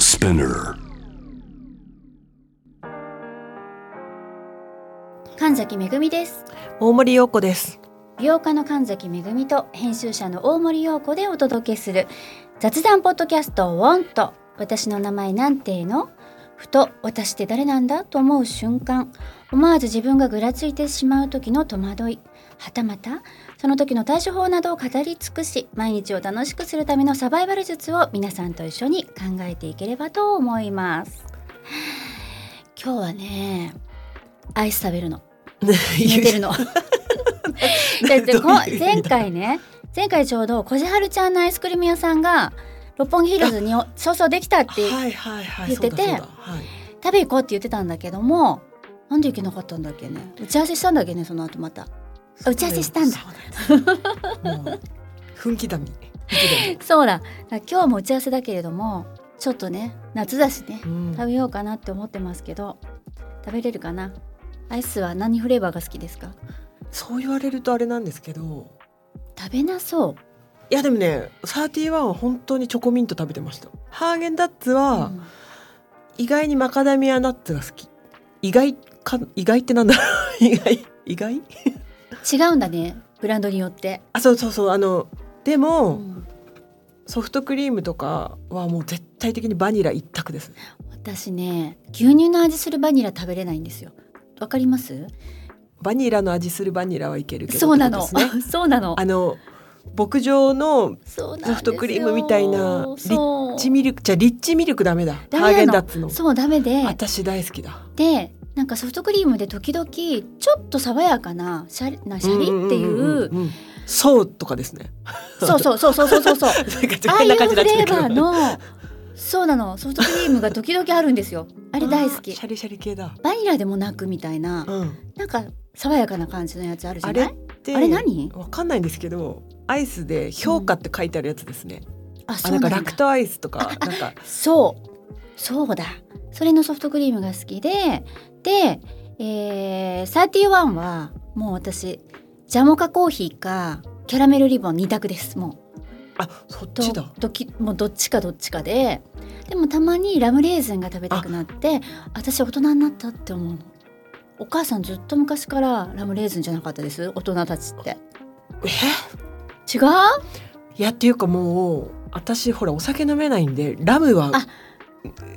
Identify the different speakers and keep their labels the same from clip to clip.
Speaker 1: Spinner.
Speaker 2: 神崎めぐみです
Speaker 3: 大森洋子です。
Speaker 2: 美日の神崎めぐみと編集者の大森洋子でお届けする雑談ポッドキャストウォンと私の名前なんてのふと私って誰なんだと思う瞬間思わず自分がぐらついてしまう時の戸惑いはたまたその時の対処法などを語り尽くし毎日を楽しくするためのサバイバル術を皆さんと一緒に考えていければと思います今日はねアイス食べるの 寝てるの。だ ってこ
Speaker 3: どういう意味だ
Speaker 2: 前回ね前回ちょうどこじはるちゃんのアイスクリーム屋さんが六本木ヒルズにおそうそうできたって
Speaker 3: はいはいはい。
Speaker 2: 言ってて
Speaker 3: そうだそうだはい
Speaker 2: 食べ行こうって言ってたんだけどもなんで行けなかったんだっけね打ち合わせしたんだっけねその後また打ち合わせしたんだ。
Speaker 3: そうなんですもう分刻み。分刻
Speaker 2: そうだだから今日も打ち合わせだけれどもちょっとね夏だしね
Speaker 3: みうん
Speaker 2: 食べようかなって思ってますけど食べれるかなアイスは何フレーバーが好きですか
Speaker 3: そう言われるとあれなんですけど。
Speaker 2: 食べなそう
Speaker 3: いやでもね、サーティワンは本当にチョコミント食べてました。ハーゲンダッツは
Speaker 2: うん
Speaker 3: 意外にマカダミアナッツが好き。意外か意外ってなんだろう。 意外意外？
Speaker 2: 違うんだねブランドによって、
Speaker 3: あそうそうそうあのでも、
Speaker 2: うん
Speaker 3: ソフトクリームとかはもう絶対的にバニラ一択です。
Speaker 2: 私ね牛乳の味するバニラ食べれないんですよわかります
Speaker 3: バニラの味するバニラはいけるけど
Speaker 2: そうなの、
Speaker 3: ってことですね
Speaker 2: そうなの
Speaker 3: あの牧場の
Speaker 2: そうなんですよ
Speaker 3: ソフトクリームみたいなリ
Speaker 2: そ
Speaker 3: ッ
Speaker 2: う
Speaker 3: チミルクじゃあリッチミルクダメだ
Speaker 2: ダメなの
Speaker 3: ハーゲンダッツの
Speaker 2: そうダメで
Speaker 3: 私大好きだ
Speaker 2: でなんかソフトクリームで時々ちょっと爽やかなシャリなシャリってい
Speaker 3: んん
Speaker 2: うん
Speaker 3: んそうとかですね
Speaker 2: そうそうそうそうそう そうそう
Speaker 3: なんか
Speaker 2: ああい
Speaker 3: 変
Speaker 2: うフ
Speaker 3: な感じになっちゃ
Speaker 2: レー
Speaker 3: った
Speaker 2: バー
Speaker 3: けど
Speaker 2: のそうなのソフトクリームが時々あるんですよあれ大好
Speaker 3: あー
Speaker 2: き
Speaker 3: シャリシャリ系だ
Speaker 2: バニラでもなくみたいな
Speaker 3: うん
Speaker 2: なんか爽やかな感じのやつあるじゃ
Speaker 3: あ
Speaker 2: な
Speaker 3: れ
Speaker 2: い
Speaker 3: って
Speaker 2: あれ何
Speaker 3: わかんないんですけどアイスで評価って書いてあるやつですね、
Speaker 2: あ
Speaker 3: あ
Speaker 2: そ
Speaker 3: な
Speaker 2: うん
Speaker 3: か
Speaker 2: だ
Speaker 3: ラクトアイスとかなんか
Speaker 2: そうそうだそれのソフトクリームが好きでで、えー、31はもう私ジャモカコーヒーかキャラメルリボン2択ですもう
Speaker 3: あそっ
Speaker 2: ど
Speaker 3: ちだ
Speaker 2: どきもうどっちかどっちかででもたまにラムレーズンが食べたくなって私大人になったって思うのお母さんずっと昔からラムレーズンじゃなかったです大人たちって
Speaker 3: え
Speaker 2: 違う
Speaker 3: いやっていうかもう私ほらお酒飲めないんでラムは
Speaker 2: あ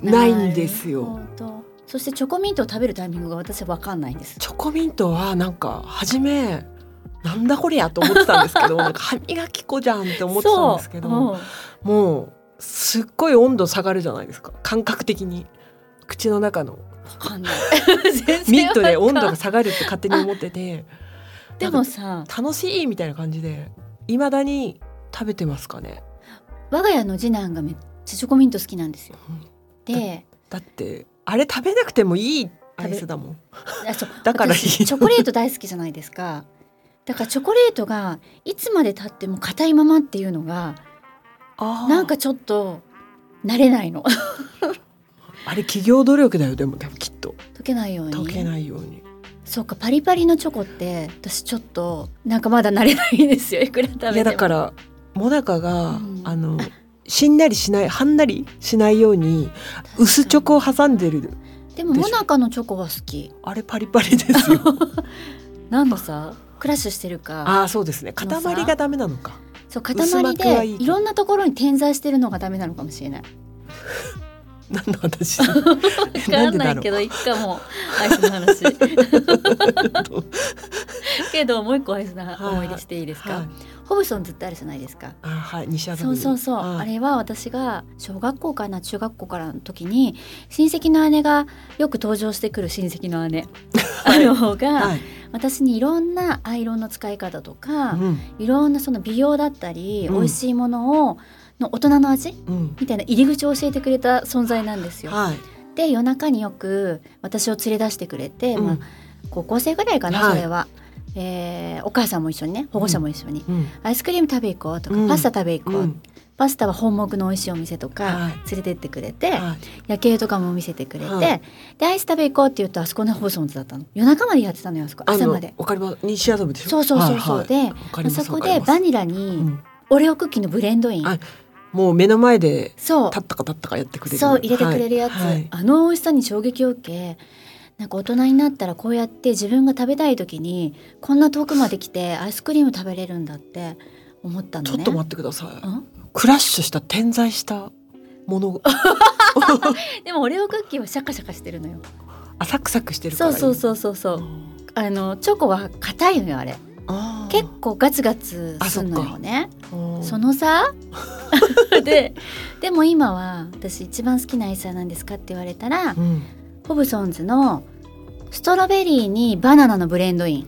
Speaker 3: ないんです
Speaker 2: な
Speaker 3: よ
Speaker 2: るほどそしてチョコミントを食べるタイミングが私は分かんないんです
Speaker 3: チョコミントはなんか初めなんだこりゃと思ってたんですけ どなんか歯磨き粉じゃんって思ってたんですけど
Speaker 2: そううん
Speaker 3: もうすっごい温度下がるじゃないですか感覚的に口の中の
Speaker 2: わかんない。全
Speaker 3: ミントで温度
Speaker 2: わ
Speaker 3: が
Speaker 2: か
Speaker 3: 下がるって勝手に思ってて
Speaker 2: んでもさ、
Speaker 3: 楽しいみたいな感じでいまだに食べてますかね
Speaker 2: 我が家の次男がめっちゃチョコミント好きなんですよ。で、
Speaker 3: だってあれ食べなくてもいいアイスだもん
Speaker 2: あそう
Speaker 3: だからいい
Speaker 2: 私チョコレート大好きじゃないですか。だからチョコレートがいつまで経っても硬いままっていうのが
Speaker 3: あー
Speaker 2: なんかちょっと慣れないの
Speaker 3: あれ企業努力だよでも多分きっと
Speaker 2: 溶けないように
Speaker 3: 溶けないように
Speaker 2: そうかパリパリのチョコって私ちょっとなんかまだ慣れないんですよいくら食べても
Speaker 3: いやだからモナカが、
Speaker 2: うん
Speaker 3: あのしんなりしないはんなりしないように薄チョコを挟んでる
Speaker 2: でも
Speaker 3: でし
Speaker 2: モ
Speaker 3: ょ
Speaker 2: ナカのチョコは好き
Speaker 3: あれパリパリですよ
Speaker 2: なんのさクラッシュしてるか
Speaker 3: ああそうですね塊がダメなのか
Speaker 2: そう
Speaker 3: 薄
Speaker 2: 塊
Speaker 3: 膜は
Speaker 2: で
Speaker 3: いいけど
Speaker 2: いろんなところに点在してるのがダメなのかもしれない。
Speaker 3: 何の話
Speaker 2: わ
Speaker 3: な
Speaker 2: か
Speaker 3: ん
Speaker 2: ん
Speaker 3: で
Speaker 2: な
Speaker 3: だ
Speaker 2: い
Speaker 3: ろ
Speaker 2: け
Speaker 3: う
Speaker 2: どいっかもうアイスの 話。けどもう一個アイスの思い出していいですか。
Speaker 3: はい
Speaker 2: ホブソンズってあるじゃないですか。
Speaker 3: あーはい西麻布
Speaker 2: そうそうそう、
Speaker 3: はい
Speaker 2: あれは私が小学校かな中学校からの時に親戚の姉がよく登場してくる親戚の姉あ
Speaker 3: い
Speaker 2: の方が、
Speaker 3: はい、
Speaker 2: 私にいろんなアイロンの使い方とか、
Speaker 3: うん
Speaker 2: いろんなその美容だったり、
Speaker 3: うん
Speaker 2: 美味しいものをの大人の味
Speaker 3: うん
Speaker 2: みたいな入り口を教えてくれた存在なんですよ。
Speaker 3: はい
Speaker 2: で夜中によく私を連れ出してくれて、
Speaker 3: うん
Speaker 2: まあ、高校生ぐらいかな、
Speaker 3: はい
Speaker 2: それは、えーお母さんも一緒にね保護者も一緒に、
Speaker 3: うん
Speaker 2: アイスクリーム食べ行こうとか、
Speaker 3: うん
Speaker 2: パスタ食べ行こう、
Speaker 3: うん
Speaker 2: パスタは本木の美味しいお店とか
Speaker 3: はい
Speaker 2: 連れてってくれて、
Speaker 3: はい
Speaker 2: 夜景とかも見せてくれて、
Speaker 3: はい
Speaker 2: でアイス食べ行こうって言うとあそこのホーソンズだったの夜中までやってたのよあそこ
Speaker 3: あ
Speaker 2: 朝
Speaker 3: の
Speaker 2: まで。
Speaker 3: わかります西麻布でしょ
Speaker 2: そうそうそうそう
Speaker 3: はいはい
Speaker 2: で
Speaker 3: わかります
Speaker 2: そこ
Speaker 3: わかり
Speaker 2: で
Speaker 3: ます
Speaker 2: バニラ
Speaker 3: う
Speaker 2: に
Speaker 3: ん
Speaker 2: オレオクッキーのブレンドイン、
Speaker 3: はいもう目の前で
Speaker 2: そう
Speaker 3: 立ったか立ったかやってくれる
Speaker 2: そう入れてくれるやつ、
Speaker 3: はいはい
Speaker 2: あの美味しさに衝撃を受けなんか大人になったらこうやって自分が食べたい時にこんな遠くまで来てアイスクリーム食べれるんだって思ったの
Speaker 3: ちょ
Speaker 2: ね
Speaker 3: っと待ってください、
Speaker 2: ん
Speaker 3: クラッシュした点在したものが
Speaker 2: でもオレオクッキーはシャカシャカしてるのよ
Speaker 3: あサクサクしてるか
Speaker 2: そ
Speaker 3: ら
Speaker 2: う
Speaker 3: いい
Speaker 2: そうそうそうそうあのチョコは硬いのよあれ
Speaker 3: あー
Speaker 2: 結構ガツガツすんのよね
Speaker 3: うん
Speaker 2: そのさ ででも今は私一番好きなアイスは何ですかって言われたら
Speaker 3: うん
Speaker 2: ホブソンズのストロベリーにバナナのブレンドイン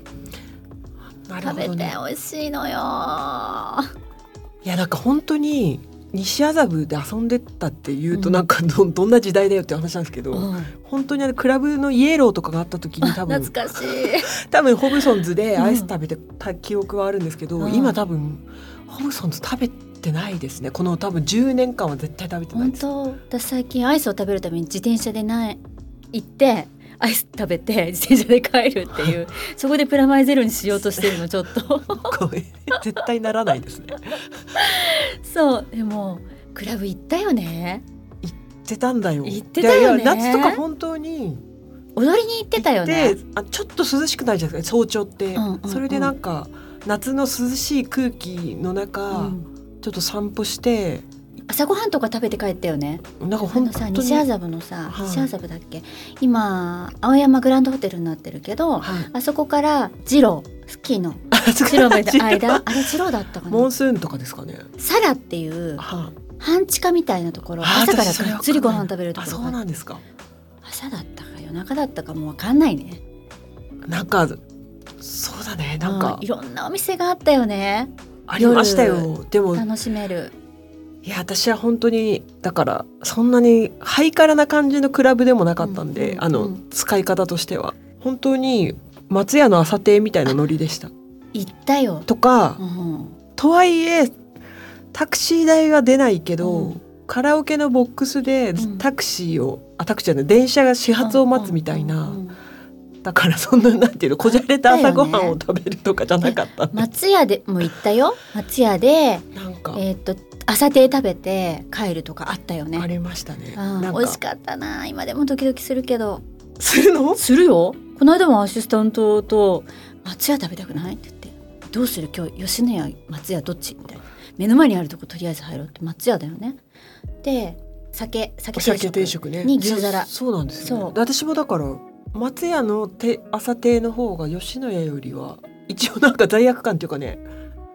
Speaker 3: なる
Speaker 2: 食
Speaker 3: ほ
Speaker 2: べて
Speaker 3: どね
Speaker 2: 美味しいのよ
Speaker 3: いやなんか本当に西麻布で遊んでったっていうと
Speaker 2: うん
Speaker 3: なんかど,、ん、どんな時代だよって話なんですけど、
Speaker 2: うん
Speaker 3: 本当にあのクラブのイエローとかがあった時に多
Speaker 2: 懐
Speaker 3: 分
Speaker 2: かしい
Speaker 3: 多分ホブソンズでアイス食べてた記憶はあるんですけど、
Speaker 2: うん
Speaker 3: 今多分ホブソンズ食べてないですねこの多分10年間は絶対食べてない
Speaker 2: 本
Speaker 3: です
Speaker 2: 当私最近アイスを食べるために自転車でない行ってアイス食べて自転車で帰るって いうそこでプラマイゼロにしようとしてるのちょっと
Speaker 3: これ絶対ならないですね
Speaker 2: そうでもクラブ行ったよね
Speaker 3: 行ってたんだよ
Speaker 2: 行ってたよね
Speaker 3: いやいや夏とか本当に
Speaker 2: 踊りに行ってたよね
Speaker 3: であちょっと涼しくないじゃないですか早朝って、
Speaker 2: うんうんうん
Speaker 3: それでなんか夏の涼しい空気の中、
Speaker 2: うん
Speaker 3: ちょっと散歩して
Speaker 2: 朝ごはんとか食べて帰ったよね
Speaker 3: なんか
Speaker 2: あ
Speaker 3: 本
Speaker 2: の
Speaker 3: 当
Speaker 2: さ
Speaker 3: に
Speaker 2: 西麻布のさ、
Speaker 3: はい
Speaker 2: 西麻布だっけ今青山グランドホテルになってるけど、
Speaker 3: はい
Speaker 2: あそこから二郎スキーの
Speaker 3: あそこ
Speaker 2: 二郎まで の
Speaker 3: ジロ
Speaker 2: 間あれ二郎だったか
Speaker 3: モ
Speaker 2: な
Speaker 3: ンスーンとかですかね。
Speaker 2: サラっていう
Speaker 3: は
Speaker 2: 半地下みたいなところ
Speaker 3: あ
Speaker 2: 朝から
Speaker 3: 私それ
Speaker 2: がっつりご飯食べる
Speaker 3: い。
Speaker 2: と
Speaker 3: あ
Speaker 2: こ
Speaker 3: そ
Speaker 2: ろ
Speaker 3: う
Speaker 2: が
Speaker 3: なんですか。
Speaker 2: 朝だったか夜中だったかもうわかんないね
Speaker 3: なんかそうだねなんか
Speaker 2: ういろんなお店があったよね
Speaker 3: ありましたよ。でも
Speaker 2: 楽しめる
Speaker 3: いや私は本当にだからそんなにハイカラな感じのクラブでもなかったんで、
Speaker 2: うんうん
Speaker 3: あ
Speaker 2: う
Speaker 3: の
Speaker 2: ん
Speaker 3: 使い方としては本当に松屋の朝亭みたいなノリでした。
Speaker 2: 行ったよ、
Speaker 3: とか、
Speaker 2: うん、
Speaker 3: とはいえタクシー代は出ないけど、
Speaker 2: うん
Speaker 3: カラオケのボックスで
Speaker 2: うん
Speaker 3: タクシーを、あタクシーじゃない電車が始発を待つみたいな、
Speaker 2: うんうんうん
Speaker 3: だからそんななんていうのこじゃれた朝ごはんを食べるとかじゃなかったんで、
Speaker 2: 松屋でも行ったよ松屋で
Speaker 3: なんか
Speaker 2: えーっと朝亭食べて帰るとかあったよね
Speaker 3: ありましたね、
Speaker 2: うん
Speaker 3: なん
Speaker 2: 美味しかったな今でもドキドキするけど
Speaker 3: するの
Speaker 2: するよこの間もアシスタントと「松屋食べたくない?」って言って「どうする今日吉野家松屋どっち?」みたいな目の前にあるとことりあえず入ろうって松屋だよねで酒酒定
Speaker 3: お
Speaker 2: 食
Speaker 3: 酒定食ね
Speaker 2: に牛皿
Speaker 3: そそうなんですよ、ね
Speaker 2: そ、う
Speaker 3: で私もだから松屋のて朝亭の方が吉野家よりは一応なんか罪悪感っていうかね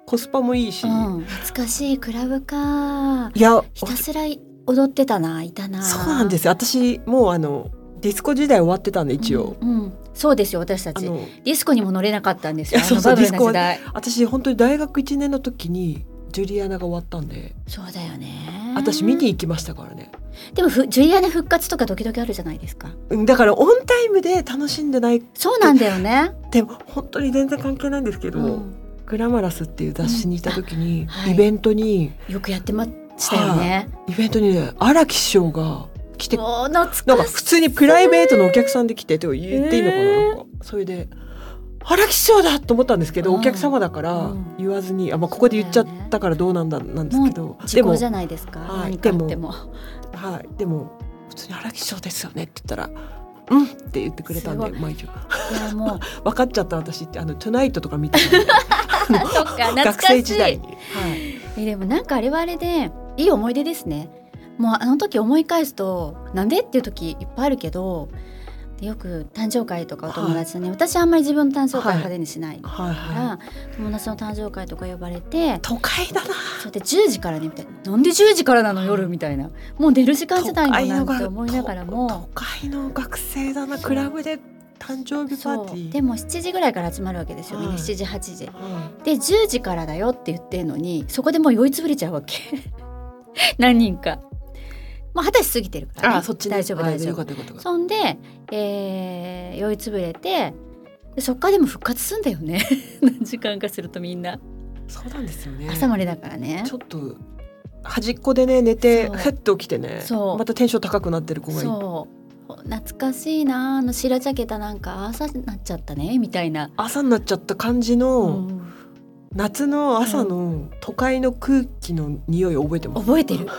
Speaker 3: コスパもいいし、
Speaker 2: うん懐かしいクラブか
Speaker 3: いや
Speaker 2: ひたすら踊ってたないたな
Speaker 3: そうなんですよ私もうあのディスコ時代終わってたんで一応、
Speaker 2: うん、うんそうですよ私た
Speaker 3: あ
Speaker 2: ち
Speaker 3: の
Speaker 2: ディスコにも乗れなかったんですよ
Speaker 3: いやそうそう
Speaker 2: あのバブル
Speaker 3: ディスコ
Speaker 2: の
Speaker 3: は
Speaker 2: 時代
Speaker 3: 私本当に大学1年の時にジュリアナが終わったんで
Speaker 2: そうだよね
Speaker 3: 私見に行きましたからね
Speaker 2: でもふジュリアナ復活とか時々あるじゃないですか
Speaker 3: うんだからオンタイムで楽しんでないっ
Speaker 2: そうなんだよね、
Speaker 3: て本当に全然関係ないんですけど「
Speaker 2: うん
Speaker 3: グラマラス」っていう雑誌にいた時に、
Speaker 2: んあはい
Speaker 3: イベントに
Speaker 2: よくやってましたよね。
Speaker 3: イベントにね荒木師匠が来てな
Speaker 2: もう懐
Speaker 3: んか
Speaker 2: か
Speaker 3: 普
Speaker 2: し
Speaker 3: 通にプライベートのお客さんで来てと言っていいのかな,、なんかそれで「荒木師匠だ!」と思ったんですけど、
Speaker 2: うん
Speaker 3: お客様だから
Speaker 2: うん
Speaker 3: 言わずに、あまあ、ここで言っちゃったからどうなんだなんですけど、
Speaker 2: い。時
Speaker 3: でも
Speaker 2: 効じゃないですか。
Speaker 3: は
Speaker 2: 何
Speaker 3: い
Speaker 2: かあっても。
Speaker 3: はい、でも普通に荒木師匠ですよねって言ったら。うんって言ってくれたん
Speaker 2: す
Speaker 3: で、
Speaker 2: ご
Speaker 3: 毎日
Speaker 2: いやもう
Speaker 3: 分かっちゃった私ってあのトゥナイトとか見てたんで
Speaker 2: そっか懐かしい。
Speaker 3: 学生時代に、はい、
Speaker 2: えでもなんかあれはあれでいい思い出ですね。もうあの時思い返すとなんでっていう時いっぱいあるけど。でよく誕生会とかお友達に、私あんまり自分の誕生会派手にしないか
Speaker 3: はい
Speaker 2: ら、
Speaker 3: はい
Speaker 2: 友達の誕生会とか呼ばれて
Speaker 3: 都会だな
Speaker 2: それで10時からねみたいななんで10時からなの夜みたいなもう寝る時間じゃないのなんて思いながらも
Speaker 3: 都会の学生だな
Speaker 2: そう
Speaker 3: クラブで誕生日パ
Speaker 2: そ
Speaker 3: ー
Speaker 2: う
Speaker 3: ティー
Speaker 2: でも7時ぐらいから集まるわけですよ、みんな
Speaker 3: はい
Speaker 2: 7時8時
Speaker 3: うん
Speaker 2: で10時からだよって言ってるのにそこでもう酔いつぶれちゃうわけ 何人かもう二十歳過ぎてるから、ね、
Speaker 3: あそっちね
Speaker 2: 大丈夫
Speaker 3: あ
Speaker 2: 大丈
Speaker 3: よ
Speaker 2: 夫
Speaker 3: かったよかったよかっ
Speaker 2: そんで、えー酔いつぶれてでそっからでも復活すんだよね 何時間かするとみんな
Speaker 3: たそうなんですよね
Speaker 2: 朝までだからね
Speaker 3: ちょっと端っこでね寝て
Speaker 2: そう
Speaker 3: ふっと起きてね
Speaker 2: そう
Speaker 3: またテンション高くなってる子がいて
Speaker 2: そう懐かしいなあの白ジャケたなんか朝になっちゃったねみたいな、
Speaker 3: 朝になっちゃった感じ
Speaker 2: う
Speaker 3: の、
Speaker 2: ん
Speaker 3: 夏の朝の都会の空気の匂いを覚えてます。
Speaker 2: 覚えてる
Speaker 3: もう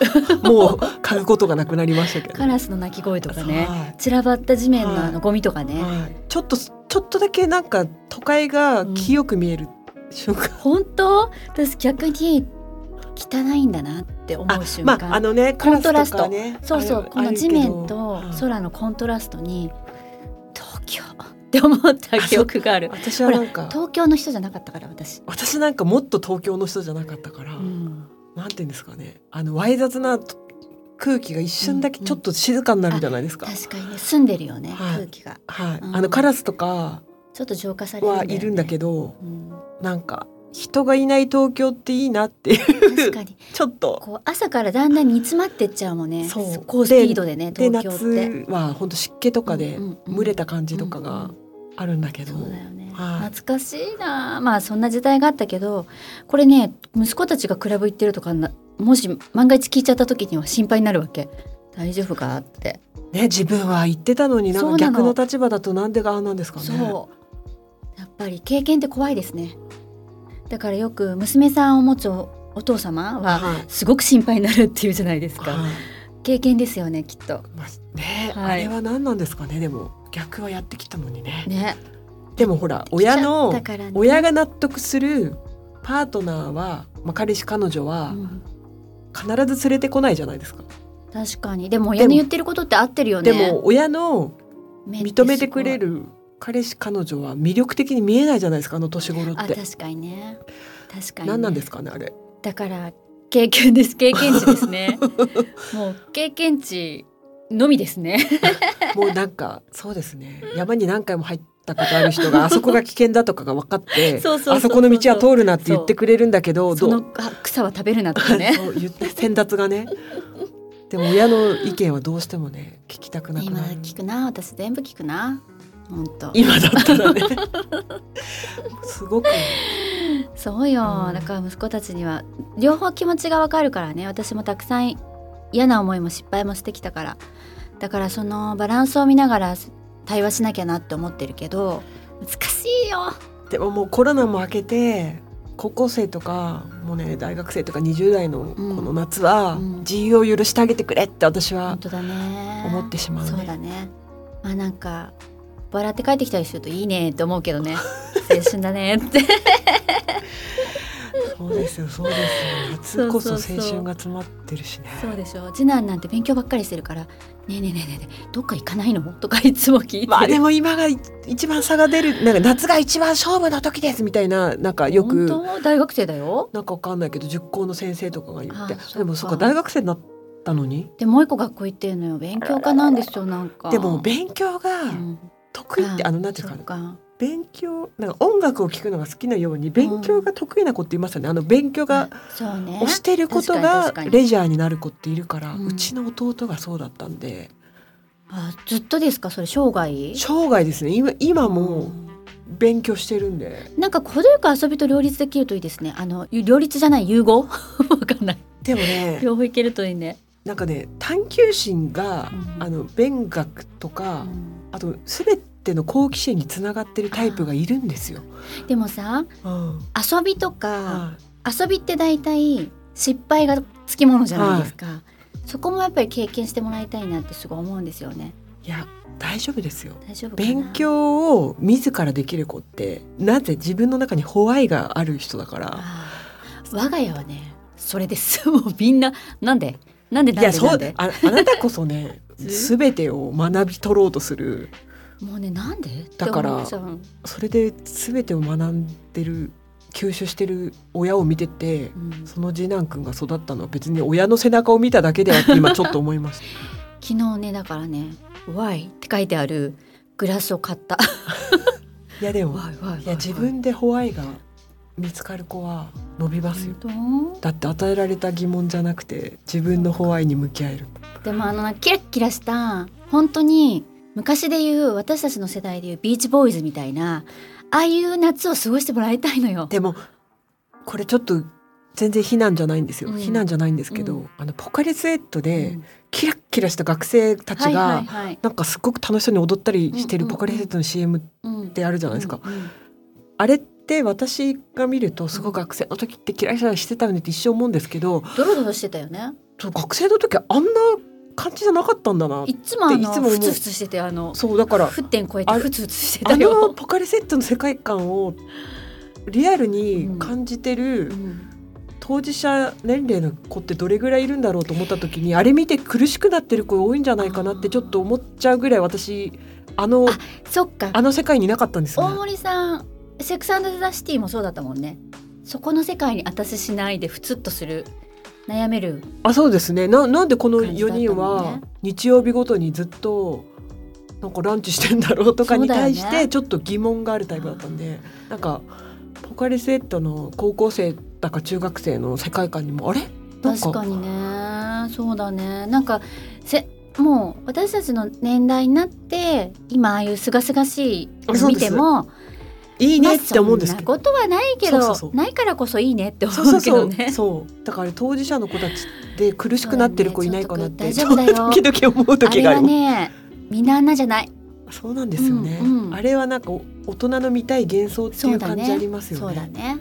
Speaker 3: 嗅ぐことがなくなりましたけど。
Speaker 2: カラスの鳴き声とかね
Speaker 3: はい
Speaker 2: 散らばった地面のあ
Speaker 3: は
Speaker 2: のゴミとかね、
Speaker 3: はいちょっとちょっとだけなんか都会が清く見える瞬間。
Speaker 2: 本当私逆に汚いんだなって思う瞬
Speaker 3: ま
Speaker 2: 間、
Speaker 3: ああのねカラスとかね。
Speaker 2: そうそ
Speaker 3: あ
Speaker 2: う
Speaker 3: る
Speaker 2: この地面と
Speaker 3: あるけどはい
Speaker 2: 空のコントラストに東京って思った記憶がある
Speaker 3: 私はなんか
Speaker 2: 東京の人じゃなかったから私、
Speaker 3: 私なんかもっと東京の人じゃなかったから、
Speaker 2: うん
Speaker 3: なんていうんですかねあのわい雑な空気が一瞬だけちょっと静かになるじゃないですか。
Speaker 2: 確かにね住んでるよね、
Speaker 3: はい
Speaker 2: 空気が
Speaker 3: はい、
Speaker 2: うん
Speaker 3: あのカラスとか
Speaker 2: ちょっと浄化されるんだよ
Speaker 3: は
Speaker 2: ね
Speaker 3: いるんだけど、
Speaker 2: うん
Speaker 3: なんか人がいない東京っていいなっていう
Speaker 2: 確かに
Speaker 3: ちょっと
Speaker 2: こう朝からだんだん煮詰まってっちゃうもんね
Speaker 3: そう
Speaker 2: 高スピードでね
Speaker 3: で
Speaker 2: 東京って
Speaker 3: 夏は本当湿気とかで
Speaker 2: うんうんうん
Speaker 3: 蒸れた感じとか
Speaker 2: うんう
Speaker 3: が
Speaker 2: ん
Speaker 3: あるんだけど、
Speaker 2: そうだよね、
Speaker 3: はい
Speaker 2: 懐かしいなまあそんな時代があったけどこれね息子たちがクラブ行ってるとかなもし万が一聞いちゃった時には心配になるわけ大丈夫かって、
Speaker 3: ね自分は言ってたのになん
Speaker 2: そう
Speaker 3: か
Speaker 2: な
Speaker 3: 逆
Speaker 2: の
Speaker 3: の立場だとなんでがああなんですかね。
Speaker 2: そうやっぱり経験って怖いですねだからよく娘さんを持つおお父様は
Speaker 3: はい
Speaker 2: すごく心配になるっていうじゃないですか
Speaker 3: はい
Speaker 2: 経験ですよねきっと
Speaker 3: まあね、
Speaker 2: はい
Speaker 3: あれは何なんですかねでも逆はやってきたのにね。
Speaker 2: ね
Speaker 3: でもほら親の
Speaker 2: 来ちゃったからね
Speaker 3: 親が納得するパートナーは、まあ、彼氏彼女
Speaker 2: う
Speaker 3: は
Speaker 2: ん
Speaker 3: 必ず連れてこないじゃないですか。
Speaker 2: 確かにでも親の言ってることって合ってるよね
Speaker 3: でも親の
Speaker 2: 目ってす
Speaker 3: 認
Speaker 2: ごい
Speaker 3: めてくれる彼氏彼女は魅力的に見えないじゃないですかあの年頃っ
Speaker 2: あ
Speaker 3: て。
Speaker 2: 確かにね確かに、ね、
Speaker 3: 何なんですかねあ れ。
Speaker 2: だから経験です経験値ですね もう経験値のみですね
Speaker 3: もうなんかそうですね山に何回も入ったことある人があそこが危険だとかが分かっ て
Speaker 2: そうそうそうそう
Speaker 3: あそこの道は通るなって言ってくれるんだけど
Speaker 2: そ
Speaker 3: どう
Speaker 2: のあ草は食べるなとか ね
Speaker 3: そう言って先達がね。でも親の意見はどうしてもね聞きたくなく
Speaker 2: 今
Speaker 3: なる。
Speaker 2: 聞くな私全部聞くな本当
Speaker 3: 今だったらねすごく
Speaker 2: そうよ、
Speaker 3: うん
Speaker 2: だから息子たちには両方気持ちがわかるからね私もたくさん嫌な思いも失敗もしてきたからだからそのバランスを見ながら対話しなきゃなって思ってるけど難しいよ
Speaker 3: でももうコロナも明けて高校生とかもうね大学生とか20代のこ
Speaker 2: うん
Speaker 3: の夏は
Speaker 2: うん
Speaker 3: 自由を許してあげてくれって私は
Speaker 2: 本当だね
Speaker 3: 思ってしまうね
Speaker 2: そうだねまあなんか笑って帰ってきたりするといいねって思うけ どね青春だねって
Speaker 3: そうですよそうですよ夏こそ青
Speaker 2: そうそうそう
Speaker 3: 春が詰まってるしね
Speaker 2: そうでしょ次男なんて勉強ばっかりしてるから「ねえねえねえねえねえどっか行かないの?」とかいつも聞いてる、
Speaker 3: まあでも今がい一番差が出るなんか夏が一番勝負の時ですみたいななんかよく
Speaker 2: 本当大学生だよ
Speaker 3: なんかわかんないけど塾講の先生とかが言って
Speaker 2: あそっか
Speaker 3: でもそっか大学生になったのに
Speaker 2: でもう一個学校行ってるのよ勉強家なんですよなんか
Speaker 3: でも勉強が
Speaker 2: うん
Speaker 3: 得意って、
Speaker 2: あ
Speaker 3: あのなんていう
Speaker 2: そ
Speaker 3: か
Speaker 2: っか
Speaker 3: 勉強なんか音楽を聴くのが好きなように勉強が得意な子っていますよね、あの勉強が
Speaker 2: そうね
Speaker 3: をしてることが
Speaker 2: 確かに確かに
Speaker 3: レジャーになる子っているから、
Speaker 2: うん
Speaker 3: うちの弟がそうだったんで
Speaker 2: あずっとですかそれ生涯
Speaker 3: 生涯ですね今今も
Speaker 2: ん
Speaker 3: 勉強してるんで、
Speaker 2: なんか程よく遊びと両立できるといいですね。あの両立じゃない融合 わかんない。
Speaker 3: でもね
Speaker 2: 両方いけるといいね。
Speaker 3: なんかね探求心が、
Speaker 2: うん
Speaker 3: あの勉学とか、
Speaker 2: うん
Speaker 3: あと全ての好奇心につながってるタイプがいるんですよ。
Speaker 2: でもさ
Speaker 3: うん
Speaker 2: 遊びとか
Speaker 3: は
Speaker 2: 遊びって大体失敗がつきものじゃないですか、そこもやっぱり経験してもらいたいなってすごい思うんですよね
Speaker 3: い、いや大丈夫ですよ。
Speaker 2: 大丈夫かな
Speaker 3: 勉強を自らできる子ってなぜ自分の中にホワイがある人だから
Speaker 2: ああ我が家はねそれです もうみんななんでなんで
Speaker 3: い
Speaker 2: なん
Speaker 3: や
Speaker 2: で
Speaker 3: そ
Speaker 2: な
Speaker 3: うん
Speaker 2: で
Speaker 3: ああなたこそ ね
Speaker 2: ず
Speaker 3: 全てを学び取ろうとする
Speaker 2: もうねなんで
Speaker 3: だから
Speaker 2: って思っちゃ
Speaker 3: それで全てを学んでる吸収してる親を見てて
Speaker 2: う、うん
Speaker 3: その次男君が育ったのは別に親の背中を見ただけではって今ちょっと思い ました
Speaker 2: 昨日ねだからね「Y」って書いてあるグラスを買った。
Speaker 3: いやでも
Speaker 2: わいわいわい
Speaker 3: いや自分でホワイが見つかる子は伸びますよ
Speaker 2: 本
Speaker 3: だって与えられた疑問じゃなくて自分のホワイに向き合える
Speaker 2: 当でもあのなんかキラッキラした本当に昔で言う私たちの世代で言うビーチボーイズみたいなああいう夏を過ごしてもらいたいのよ。
Speaker 3: でもこれちょっと全然非難じゃないんですよ、
Speaker 2: うん
Speaker 3: 非難じゃないんですけど、
Speaker 2: うん
Speaker 3: あのポカリスエット
Speaker 2: う
Speaker 3: で
Speaker 2: ん
Speaker 3: キラッキラした学生たちが、
Speaker 2: はいはいはい
Speaker 3: なんかすっごく楽しそうに踊ったりして
Speaker 2: う
Speaker 3: る
Speaker 2: んうんうん
Speaker 3: ポカリスエットの CM
Speaker 2: うん
Speaker 3: ってあるじゃないですか、
Speaker 2: うんうん
Speaker 3: あれっって私が見るとすごい学生の時って嫌い嫌いしてたよねって一生思うんですけど
Speaker 2: ドロドロしてたよね
Speaker 3: そう学生の時はあんな感じじゃなかったんだない
Speaker 2: っつもあの
Speaker 3: いつも思う
Speaker 2: ふつふつしててあの
Speaker 3: そうだから
Speaker 2: 沸点超えて
Speaker 3: あれ
Speaker 2: ふつふつして
Speaker 3: あ
Speaker 2: た
Speaker 3: の
Speaker 2: よ。
Speaker 3: ポカリセットの世界観をリアルに感じてる
Speaker 2: うん
Speaker 3: 当事者年齢の子ってどれぐらいいるんだろうと思った時にあれ見て苦しくなってる子多いんじゃないかなってちょっと思っちゃうぐらい私あの
Speaker 2: そっか
Speaker 3: あの世界にいなかったんですね
Speaker 2: 大森さんセックスアンドザシティもそうだったもんねそこの世界にあたししないでふつっとする悩める
Speaker 3: あそうですねななんでこの
Speaker 2: 感じだ
Speaker 3: 4
Speaker 2: った
Speaker 3: 人
Speaker 2: もん
Speaker 3: は
Speaker 2: ね
Speaker 3: 日曜日ごとにずっとなんかランチしてんだろうとか
Speaker 2: そう
Speaker 3: に
Speaker 2: だよね
Speaker 3: 対してちょっと疑問があるタイプだったんで、なんかポカリスエットの高校生だか中学生の世界観にもあれなん
Speaker 2: 確かにねそうだねなんかせもう私たちの年代になって今ああいうすがすがしい
Speaker 3: あそ
Speaker 2: の
Speaker 3: う
Speaker 2: 見
Speaker 3: です
Speaker 2: ても
Speaker 3: いいねって思うん
Speaker 2: ま
Speaker 3: で
Speaker 2: あ
Speaker 3: す
Speaker 2: そ
Speaker 3: け
Speaker 2: んな
Speaker 3: ど、
Speaker 2: ことはないけど
Speaker 3: そうそうそう
Speaker 2: ないからこそいいねって思
Speaker 3: そうそう
Speaker 2: うけ
Speaker 3: そ
Speaker 2: ど
Speaker 3: う、
Speaker 2: ね
Speaker 3: そうだから当事者の子たちで苦しくなってる子いないかなって、
Speaker 2: そうだよねちょっと大丈
Speaker 3: 時々思う
Speaker 2: あ
Speaker 3: 時
Speaker 2: れ
Speaker 3: がある
Speaker 2: はねみんなあんなじゃない
Speaker 3: そうなんですよね、
Speaker 2: うんうん
Speaker 3: あれはなんか大人の見たい幻想って
Speaker 2: そ
Speaker 3: いうう
Speaker 2: だ
Speaker 3: 感
Speaker 2: ね
Speaker 3: じありますよ
Speaker 2: そうだ
Speaker 3: ね
Speaker 2: ね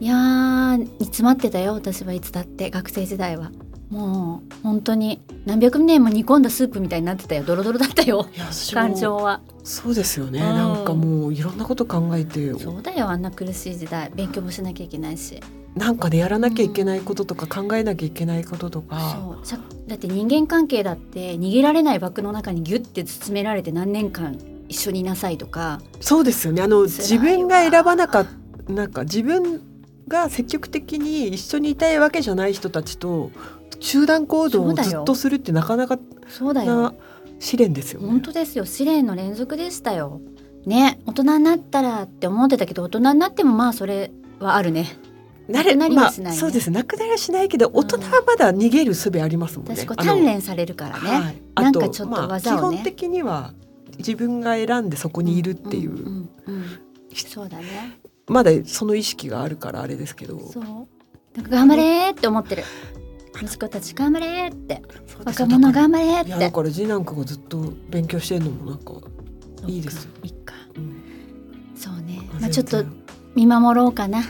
Speaker 2: いやー煮詰まってたよ私はいつだって学生時代はもう本当に何百年も煮込んだスープみたいになってたよドロドロだったよ
Speaker 3: いや私も
Speaker 2: 感情は
Speaker 3: そうですよね、
Speaker 2: うん
Speaker 3: なんかもういろんなこと考えて
Speaker 2: そうだよあんな苦しい時代勉強もしなきゃいけないし
Speaker 3: なんかでやらなきゃいけないこととか考えなきゃいけないこととか
Speaker 2: そうさだって人間関係だって逃げられない枠の中にギュッて包められて何年間一緒にいなさいとか
Speaker 3: そうですよねあの
Speaker 2: 辛いわ
Speaker 3: 自分が選ばなかったなんか自分が積極的に一緒にいたいわけじゃない人たちと集団行動
Speaker 2: そう
Speaker 3: を
Speaker 2: だよ
Speaker 3: ずっとするってなかなか
Speaker 2: そうだよ
Speaker 3: な試練ですよ
Speaker 2: 本
Speaker 3: ね。
Speaker 2: 当ですよ試練の連続でしたよね大人になったらって思ってたけど大人になってもまあそれはあるね
Speaker 3: なれ
Speaker 2: なくなり
Speaker 3: ま
Speaker 2: は
Speaker 3: あ
Speaker 2: しないね
Speaker 3: そうですなくなりはしないけど大人はまだ逃げる術ありますもんね。
Speaker 2: 私こう
Speaker 3: あの
Speaker 2: 鍛錬されるからね、
Speaker 3: はいあ
Speaker 2: なんかちょっと技をね
Speaker 3: まあ、基本的には自分が選んでそこにいるっていう、
Speaker 2: んうんうんそうだね
Speaker 3: まだその意識があるからあれですけど
Speaker 2: そうなんか頑張れーって思ってる息子たち頑張れーって
Speaker 3: そうです
Speaker 2: 若者
Speaker 3: だから
Speaker 2: 頑張れ
Speaker 3: い
Speaker 2: ー
Speaker 3: や
Speaker 2: っ
Speaker 3: だ
Speaker 2: て
Speaker 3: から次男君がずっと勉強してるのもなんか、いいですよ
Speaker 2: そうかいいか
Speaker 3: うん
Speaker 2: そうね
Speaker 3: 全
Speaker 2: まあ
Speaker 3: 然
Speaker 2: ちょっと見守ろうかな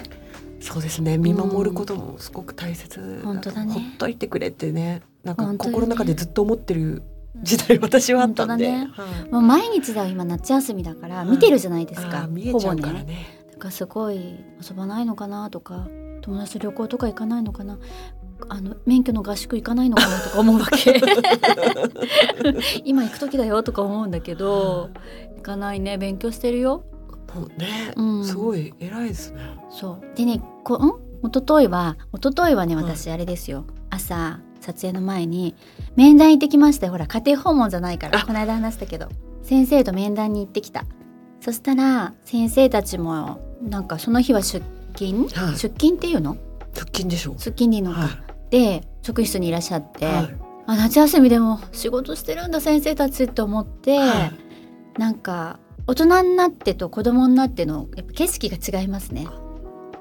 Speaker 3: そうですね見守ることもすごく大切、
Speaker 2: 本当だね
Speaker 3: ほっといてくれってねなんか
Speaker 2: 本当よね
Speaker 3: 心の中でずっと思ってる時代私はあったんで、
Speaker 2: 本
Speaker 3: はい
Speaker 2: もう毎日だよ今夏休みだから
Speaker 3: うん
Speaker 2: 見てるじゃないです
Speaker 3: あ
Speaker 2: か、
Speaker 3: ー見え
Speaker 2: ほ
Speaker 3: ちゃ
Speaker 2: ぼ
Speaker 3: うから
Speaker 2: ね
Speaker 3: ね
Speaker 2: だからすごい遊ばないのかなとか友達と旅行とか行かないのかなあの免許の合宿行かないのかなとか思うわ け今行く時だよとか思うんだけど行かないね勉強してるよ
Speaker 3: もうね、
Speaker 2: うん
Speaker 3: すごい偉いですね
Speaker 2: そうでねこん一昨日は一昨日はね私あれですよ、朝撮影の前に面談行ってきましたよほら家庭訪問じゃないから
Speaker 3: あ
Speaker 2: この間話したけど先生と面談に行ってきたそしたら先生たちもなんかその日は出勤、
Speaker 3: はい
Speaker 2: 出勤っていうの
Speaker 3: 腹筋でしょ
Speaker 2: 出勤でいいのか、
Speaker 3: は
Speaker 2: で職員室にいらっしゃっ
Speaker 3: い
Speaker 2: て、
Speaker 3: はい
Speaker 2: あ夏休みでも仕事してるんだ先生たちって思って、
Speaker 3: はい
Speaker 2: なんか大人になってと子供になってのやっぱ景色が違いますね。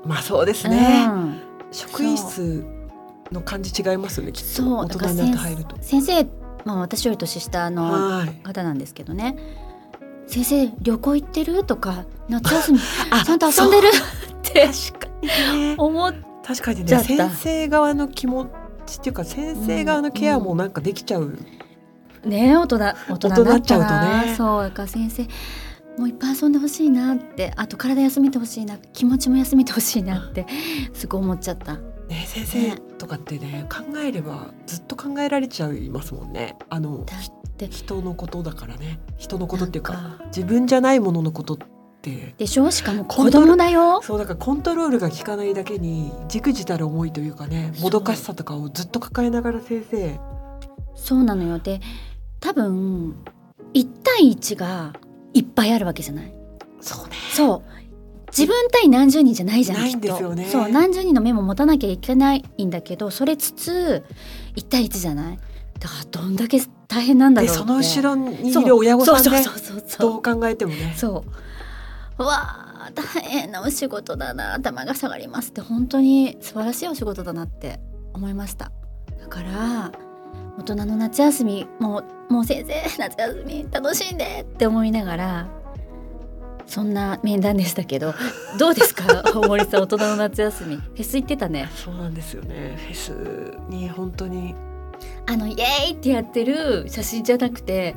Speaker 3: まあそうですね、
Speaker 2: うん
Speaker 3: 職員室の感じ違いますよねきっと
Speaker 2: そう
Speaker 3: 大
Speaker 2: だか
Speaker 3: 人
Speaker 2: ら
Speaker 3: になって入ると
Speaker 2: 先生、まあ、私より年下の
Speaker 3: はい
Speaker 2: 方なんですけどね「先生旅行行ってる?」とか「夏休み ち
Speaker 3: あ
Speaker 2: ゃんと遊んでる?」って
Speaker 3: そう確かにね
Speaker 2: 思っ
Speaker 3: 確かに
Speaker 2: ち
Speaker 3: ね
Speaker 2: ゃった
Speaker 3: 先生側の気持ちっていうか先生側のケアもなんかできちゃう、
Speaker 2: ね大人大人になっちゃう
Speaker 3: 大人になっちゃうと
Speaker 2: とね
Speaker 3: ね
Speaker 2: そうだから先生もういっぱい遊んでほしいなってあと体休めてほしいな気持ちも休めてほしいなってすごい思っちゃった
Speaker 3: ね先生とかってね考えればずっと考えられちゃいますもんねあの
Speaker 2: だって
Speaker 3: 人のことだからね人のことっていうか
Speaker 2: なんか
Speaker 3: 自分じゃないもののことって
Speaker 2: でしょしかも
Speaker 3: コン
Speaker 2: 子
Speaker 3: トロール
Speaker 2: 供だよ
Speaker 3: そうだからコントロールが効かないだけにじくじたる思いというかね
Speaker 2: そう
Speaker 3: もどかしさとかをずっと抱えながら先生
Speaker 2: そうなのよで多分1対1がいっぱいあるわけじゃない
Speaker 3: そうね
Speaker 2: そう自分対何十人じゃないじゃん
Speaker 3: ないん
Speaker 2: きっと
Speaker 3: ですよね
Speaker 2: そう何十人の目も持たなきゃいけないんだけどそれつつ1対1じゃないだからどんだけ大変なんだろ
Speaker 3: で
Speaker 2: うって
Speaker 3: その後ろにい
Speaker 2: そう
Speaker 3: る親御さんね
Speaker 2: そうそうそうそう
Speaker 3: どう考えてもね
Speaker 2: そううわあ大変なお仕事だな頭が下がりますって本当に素晴らしいお仕事だなって思いましただから大人の夏休みもうもう先生夏休み楽しんでって思いながらそんな面談でしたけどどうですか大森さん大人の夏休みフェス行ってたね
Speaker 3: そうなんですよねフェスに本当に
Speaker 2: あのイエーイってやってる写真じゃなくて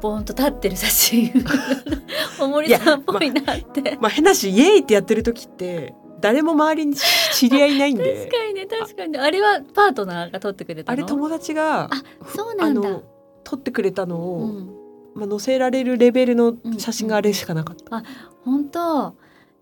Speaker 2: ボーンと立ってる写真大森さんっぽいなって、
Speaker 3: まあ変なしイエーイってやってる時って誰も周りに知り合いない ん
Speaker 2: 確
Speaker 3: で
Speaker 2: かにね確かにねあれはパートナーが撮ってくれた
Speaker 3: あ
Speaker 2: の
Speaker 3: れ友達が
Speaker 2: あそう
Speaker 3: あ
Speaker 2: なんだ
Speaker 3: の撮ってくれたのを、
Speaker 2: うん
Speaker 3: まあ、載せられるレベルの写真があれしかなかった、
Speaker 2: 本当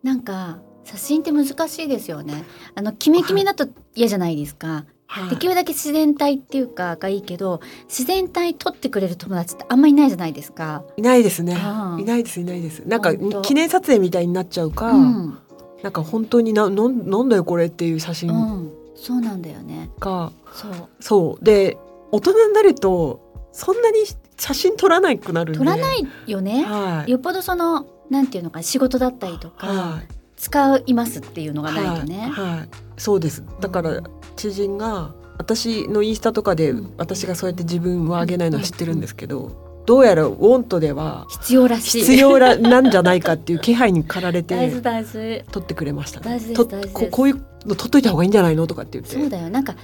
Speaker 2: なんか写真って難しいですよねあのキメキメだと嫌じゃないですか、
Speaker 3: はい
Speaker 2: できるだけ自然体っていうかがいいけど自然体撮ってくれる友達ってあんまりいないじゃないですか、
Speaker 3: いないですね
Speaker 2: ああ
Speaker 3: いないですいないですなんか
Speaker 2: 本当
Speaker 3: 記念撮影みたいになっちゃうか、
Speaker 2: うん
Speaker 3: なんか本当にななんなんだよこれっていう写
Speaker 2: う
Speaker 3: 真
Speaker 2: ん、そうなんだよね
Speaker 3: が、
Speaker 2: そう
Speaker 3: そうで大人になるとそんなに写真撮らなくなるんで
Speaker 2: 撮らないよね
Speaker 3: はい
Speaker 2: よっぽどそのなんていうのか仕事だったりとか
Speaker 3: はい
Speaker 2: 使いますっていうのがないとね、
Speaker 3: はいはいそうですだか
Speaker 2: う
Speaker 3: ら
Speaker 2: ん
Speaker 3: 知人が私のインスタとかで
Speaker 2: うん
Speaker 3: 私がそうやって自分は上げないのは知ってるんですけど、どうやらウォントでは
Speaker 2: 必要らしい
Speaker 3: 必要らなんじゃないかっていう気配に駆られ
Speaker 2: 大
Speaker 3: て
Speaker 2: 事大事
Speaker 3: 撮ってくれました、
Speaker 2: 大事です
Speaker 3: と
Speaker 2: 大事です
Speaker 3: ここういうの撮っといた方がいいんじゃないのとかって言って
Speaker 2: そうだよなんか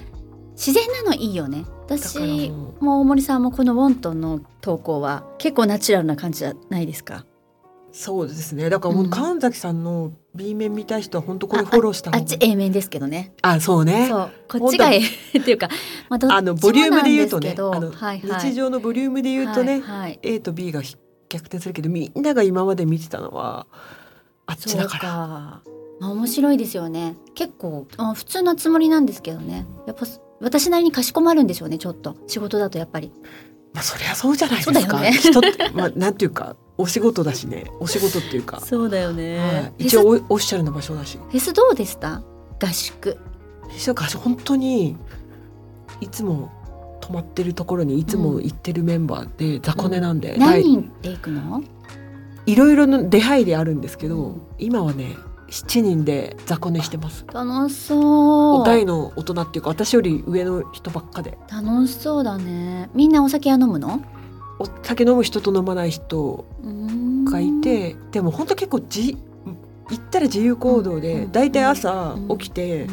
Speaker 2: 自然なのいいよね
Speaker 3: だから
Speaker 2: 私
Speaker 3: もう
Speaker 2: もう大森さんもこのウォントンの投稿は結構ナチュラルな感じじゃないですか。
Speaker 3: そうですねだからも
Speaker 2: う
Speaker 3: うん神崎さんの B 面見たい人は本当これ
Speaker 2: あ
Speaker 3: フォローした
Speaker 2: あ
Speaker 3: 方
Speaker 2: っ
Speaker 3: が
Speaker 2: ち A 面ですけどね。
Speaker 3: あそうね
Speaker 2: そう こっちが A っていうか、まあ、どっちも
Speaker 3: あのボリュームで言うとねあ
Speaker 2: なん
Speaker 3: の
Speaker 2: ですけどはいはい、
Speaker 3: 日常のボリュームで言うとね、
Speaker 2: はいはい、
Speaker 3: A と B が逆転するけどみんなが今まで見てたのはあっち
Speaker 2: そ
Speaker 3: だ
Speaker 2: う
Speaker 3: から
Speaker 2: か。まあ、面白いですよね。結構あ普通なつもりなんですけどね。やっぱ私なりにかしこまるんでしょうねちょっと仕事だとやっぱり。
Speaker 3: まあそりゃそうじゃないです
Speaker 2: そう
Speaker 3: か、
Speaker 2: だよね
Speaker 3: 人って、まあ、なんていうかお仕事だしねお仕事っていうか、
Speaker 2: そうだよ
Speaker 3: はい、
Speaker 2: フェ
Speaker 3: 一
Speaker 2: ス
Speaker 3: 応
Speaker 2: フ
Speaker 3: オフィシャルな場所だし
Speaker 2: ェスどうでした？合宿。
Speaker 3: 一緒か本当にいつも泊まってるところにいつも行ってるメンバーで雑魚寝なんで、
Speaker 2: 何
Speaker 3: 大
Speaker 2: 人で行くの？
Speaker 3: いろいろの出入りあるんですけど、
Speaker 2: うん
Speaker 3: 今はね7人で雑魚寝してます
Speaker 2: 楽しそう。
Speaker 3: 大の大人っていうか私より上の人ばっかで
Speaker 2: 楽しそうだねみんなお酒は飲むの
Speaker 3: お酒飲む人と飲まない人がいて、でも本当結構じ行ったら自由行動
Speaker 2: うんう
Speaker 3: で、
Speaker 2: ん
Speaker 3: だいたい朝
Speaker 2: うん
Speaker 3: 起きて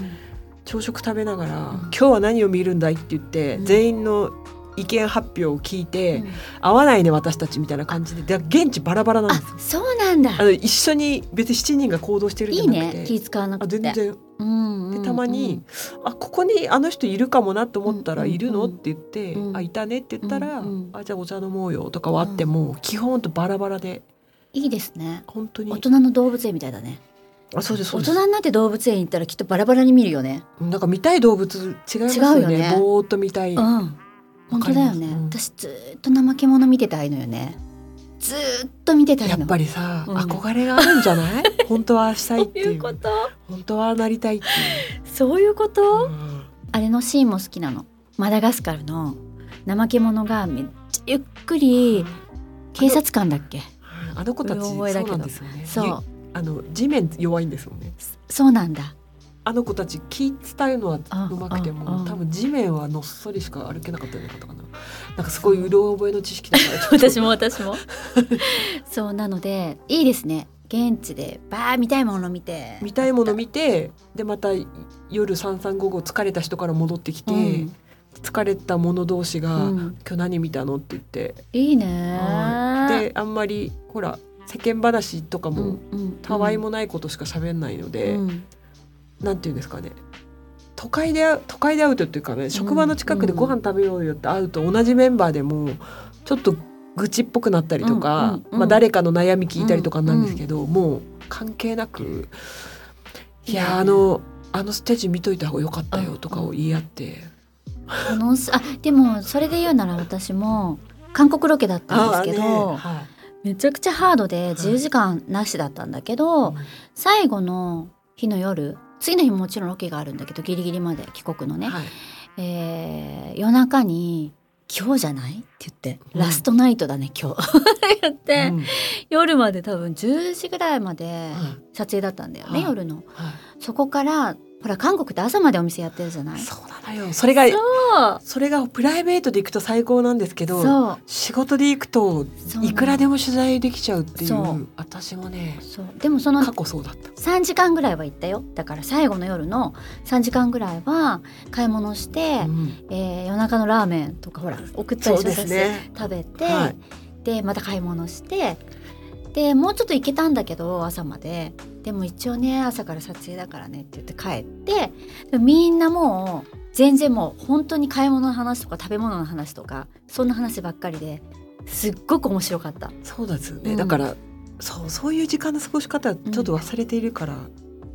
Speaker 3: 朝食食べながら、
Speaker 2: ん
Speaker 3: 今日は何を見るんだいって言って、
Speaker 2: うん
Speaker 3: 全員の意見発表を聞いて、合わないね私たちみたいな感じでで現地バラバラなん
Speaker 2: あ
Speaker 3: です
Speaker 2: そうなんだ
Speaker 3: あの一緒に別に7人が行動してるん
Speaker 2: い
Speaker 3: じゃ
Speaker 2: い
Speaker 3: なくて
Speaker 2: ね気使わな
Speaker 3: あ
Speaker 2: くて
Speaker 3: 全然
Speaker 2: うんうんう
Speaker 3: で
Speaker 2: ん
Speaker 3: たまに、あここにあの人いるかもなと思ったら「
Speaker 2: うんうんうん
Speaker 3: いるの?」って言って「
Speaker 2: うん
Speaker 3: あいたね」って言ったら「
Speaker 2: うんうん
Speaker 3: あじゃあお茶飲もうよ」とかはあっても、基本ほんとバラバラで
Speaker 2: いいですね
Speaker 3: 本当に
Speaker 2: 大人の動物園みたいだね
Speaker 3: あそうですそ
Speaker 2: 大
Speaker 3: うです
Speaker 2: 人になって動物園行ったらきっとバラバラに見るよね
Speaker 3: なんか見たい動物違います
Speaker 2: 違
Speaker 3: よ
Speaker 2: う
Speaker 3: ね
Speaker 2: よね
Speaker 3: ぼーっと見たい、
Speaker 2: うん本当だよ
Speaker 3: わかりま
Speaker 2: ね、
Speaker 3: すうん
Speaker 2: 私ずーっと怠け者見てたいのよねずーっと見てたいの
Speaker 3: やっぱりさ、
Speaker 2: うん
Speaker 3: 憧れがあるんじ ゃない本当はしたいっ
Speaker 2: そう
Speaker 3: て
Speaker 2: い
Speaker 3: いう
Speaker 2: うこと
Speaker 3: 本当はなりたいっていう
Speaker 2: そういうこと、
Speaker 3: うん
Speaker 2: あれのシーンも好きなのマダガスカルの怠け者がめっちゃゆっくり警察官だっけ
Speaker 3: あの子たち
Speaker 2: うろ
Speaker 3: そう
Speaker 2: 覚えだけど
Speaker 3: なんですよね
Speaker 2: そう
Speaker 3: あの地面弱いんですよね
Speaker 2: そうなんだ
Speaker 3: あの子たち気伝えるのはうまくて
Speaker 2: うんう
Speaker 3: も
Speaker 2: ん
Speaker 3: 多分地面はのっそりしか歩けなかったような方かななんかすごいうろ覚えの知識 だからちょっと
Speaker 2: 私も私も そうなのでいいですね現地でバー見たいもの見て
Speaker 3: 見たいもの見てでまた夜三三午後疲れた人から戻ってきて、
Speaker 2: うん
Speaker 3: 疲れた者同士が、
Speaker 2: うん
Speaker 3: 今日何見たの?」って言って、
Speaker 2: いいね
Speaker 3: であんまりほら世間話とか
Speaker 2: うん
Speaker 3: も
Speaker 2: うん
Speaker 3: たわいもないことしか喋んないので、
Speaker 2: うん
Speaker 3: なんていうんですかね都会で都会で会うとっていうかね職場の近くでご飯食べようよって会うと同じメンバーでもちょっと愚痴っぽくなったりと
Speaker 2: うん
Speaker 3: か
Speaker 2: うん、うん
Speaker 3: まあ、誰かの悩み聞いたりとかなんですけど、もう関係なく「いやーあのあのステージ見といた方が良かったよ」とかを言い合って
Speaker 2: 楽しあでもそれで言うなら私も韓国ロケだったんですけど、
Speaker 3: あ
Speaker 2: めちゃくちゃハードで自由時間なしだったんだけど、
Speaker 3: ーね
Speaker 2: 最後の日の夜次の日ももちろんロケがあるんだけどギリギリまで帰国のね、
Speaker 3: はい
Speaker 2: えー夜中に「今日じゃない?」って言って「
Speaker 3: うん
Speaker 2: ラストナイトだね今日」 って言って、
Speaker 3: うん
Speaker 2: 夜まで多分10時ぐらいまで
Speaker 3: はい
Speaker 2: 撮影だったんだよね、
Speaker 3: はい
Speaker 2: 夜の。
Speaker 3: はい
Speaker 2: そこからほら韓国って朝までお店やってるじゃないそ
Speaker 3: そうなのよそれがそうれがプライベートで行くと最高なんですけど
Speaker 2: そう
Speaker 3: 仕事で行くと
Speaker 2: そう
Speaker 3: いくらでも取材できちゃうっていう
Speaker 2: そう
Speaker 3: 私もね
Speaker 2: そうでもその
Speaker 3: 過去そうだった
Speaker 2: 3時間ぐらいは行ったよだから最後の夜の3時間ぐらいは買い物して、
Speaker 3: うん
Speaker 2: えー夜中のラーメンとかほら送ったり
Speaker 3: そう
Speaker 2: し
Speaker 3: で
Speaker 2: て
Speaker 3: すね
Speaker 2: 食べて、
Speaker 3: はい
Speaker 2: でまた買い物してでもうちょっと行けたんだけど朝まででも一応ね朝から撮影だからねって言って帰ってでもみんなもう全然もう本当に買い物の話とか食べ物の話とかそんな話ばっかりですっごく面白かった
Speaker 3: そうですよね、
Speaker 2: うん
Speaker 3: だからそうそういう時間の過ごし方ちょっと忘れているから、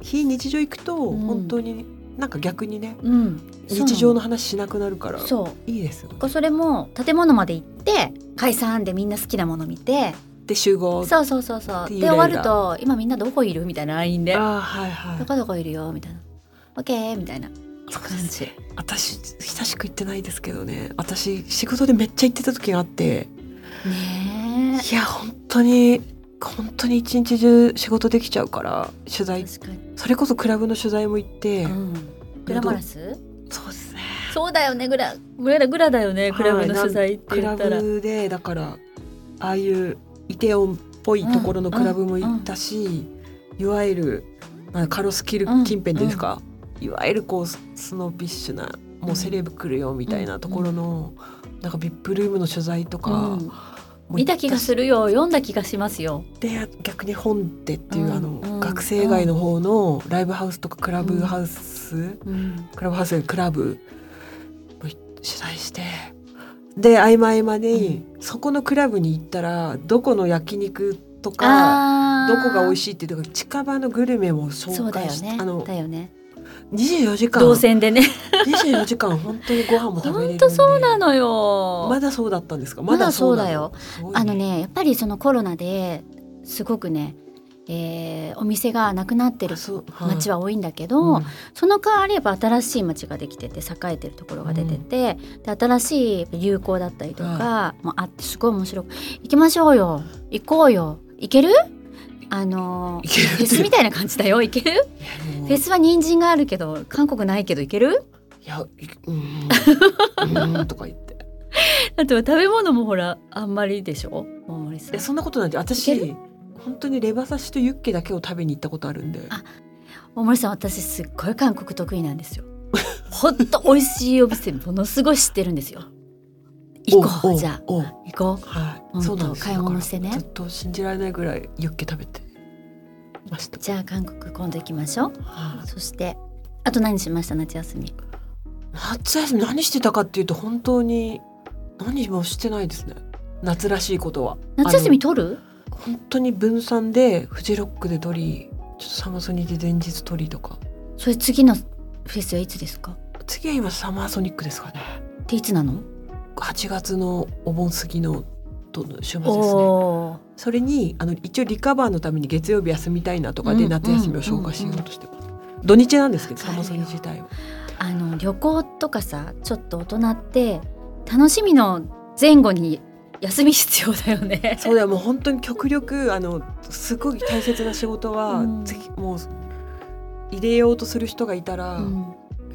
Speaker 3: 非日常行くと
Speaker 2: ん
Speaker 3: 本当になんか逆にね
Speaker 2: うん
Speaker 3: 日常の話しなくなるから
Speaker 2: そう
Speaker 3: いいですよね
Speaker 2: それも建物まで行って解散でみんな好きなもの見て
Speaker 3: で集合
Speaker 2: そうそうそうそう
Speaker 3: っていう
Speaker 2: で
Speaker 3: 例
Speaker 2: 終
Speaker 3: が
Speaker 2: わると「今みんなどこいる?」みたいな LINE で
Speaker 3: あ
Speaker 2: 「
Speaker 3: ーはいはい
Speaker 2: どこどこいるよ」みたいな「オッケー」みたいな
Speaker 3: そうで
Speaker 2: 感
Speaker 3: す
Speaker 2: じ
Speaker 3: 私親しく行ってないですけどね私仕事でめっちゃ行ってた時があって
Speaker 2: ね
Speaker 3: いや本当に本当に一日中仕事できちゃうから取
Speaker 2: え
Speaker 3: 材
Speaker 2: 確かに、
Speaker 3: それこそクラブの取材も行って、
Speaker 2: うん、グラマラス
Speaker 3: そうですね
Speaker 2: そうだよねグラグラグラだよねクラブの取材って
Speaker 3: ク
Speaker 2: 言
Speaker 3: ラ
Speaker 2: ったら、
Speaker 3: ブでだからああいうイテオンっぽいところのクラブも行ったし、いわゆるあカロスキル近辺ですか、いわゆるこうススノーピッシュなもうセレブ来るよみたいなところの、なんかビップルームの取材とか、
Speaker 2: うん、
Speaker 3: もう
Speaker 2: 見た気がするよ読んだ気がしますよ
Speaker 3: で逆に本でっていう、
Speaker 2: うん
Speaker 3: あの、
Speaker 2: うん
Speaker 3: 学生街の方のライブハウスとかクラブハウス、
Speaker 2: うん
Speaker 3: クラブハウスクラブを取材してで合間合間に、そこのクラブに行ったらどこの焼肉とか
Speaker 2: あ
Speaker 3: どこが美味
Speaker 2: しい
Speaker 3: しいっていうとか近場のグルメも
Speaker 2: そ
Speaker 3: 紹
Speaker 2: うだ
Speaker 3: 介
Speaker 2: よ
Speaker 3: して、
Speaker 2: ね
Speaker 3: あの
Speaker 2: だよね
Speaker 3: 24時間
Speaker 2: 動線でね
Speaker 3: 24時間本当にご飯も食べれるん
Speaker 2: 本
Speaker 3: で
Speaker 2: 当そうなのよ
Speaker 3: まだそうだったんですか
Speaker 2: ま
Speaker 3: ま
Speaker 2: だ
Speaker 3: だ
Speaker 2: そ
Speaker 3: そうう
Speaker 2: だ
Speaker 3: だ
Speaker 2: よ
Speaker 3: よ、
Speaker 2: あのねやっぱりそのコロナですごくね、えーお店がなくなってる街
Speaker 3: は
Speaker 2: は多いんだけ
Speaker 3: い
Speaker 2: ど、
Speaker 3: うん
Speaker 2: その代わりやっぱ新しい街ができてて栄えてるところが出てて、で新しい流行だったりとかもあってすごい面白く行きましょうよ行こうよ行けるあの
Speaker 3: いける
Speaker 2: フェスみたいな感じだよ行ける
Speaker 3: いやでも
Speaker 2: フェスは人参があるけど韓国ないけど行ける
Speaker 3: いやいうんうーんとか言って
Speaker 2: あとは食べ物もほらあんまりでしょ大森さ
Speaker 3: え
Speaker 2: ん
Speaker 3: そんなことなんて
Speaker 2: いけ
Speaker 3: 私本当にレバ刺しとユッケだけを食べに行ったことあるんで
Speaker 2: あ大森さん私すっごい韓国得意なんですよ ほんと美味しいお店ものすごい知ってるんですよ行こ
Speaker 3: お
Speaker 2: う
Speaker 3: お
Speaker 2: じゃあ
Speaker 3: お
Speaker 2: 行こ
Speaker 3: はい
Speaker 2: 本当
Speaker 3: そうなんですよ
Speaker 2: 買い物してね
Speaker 3: だからずっと信じられないぐらいユッケ食べてました
Speaker 2: うじゃあ韓国今度行きましょう
Speaker 3: はい
Speaker 2: そしてあと何しました夏休み
Speaker 3: 夏休み何してたかっていうと本当に何もしてないですね夏らしいことは
Speaker 2: 夏休み取る
Speaker 3: あの本当に分散でフジロックで撮りちょっとサマソニで前日撮りとか
Speaker 2: それ次のフェスはいつですか
Speaker 3: 次は今サマーソニックですかね
Speaker 2: っていつなの
Speaker 3: 8月のお盆過ぎのと週末ですね
Speaker 2: おー
Speaker 3: それにあの一応リカバーのために月曜日休みたいなとかで
Speaker 2: うん
Speaker 3: 夏休みを消化しようとしてます、土日なんですけど
Speaker 2: わか
Speaker 3: サ
Speaker 2: るよ
Speaker 3: マソニ自体は
Speaker 2: あの旅行とかさちょっと大人って楽しみの前後に休み必要だよ ね
Speaker 3: そうだよもう本当に極力あのすごい大切な仕事は、
Speaker 2: うん
Speaker 3: ぜひもう入れようとする人がいたら、
Speaker 2: うん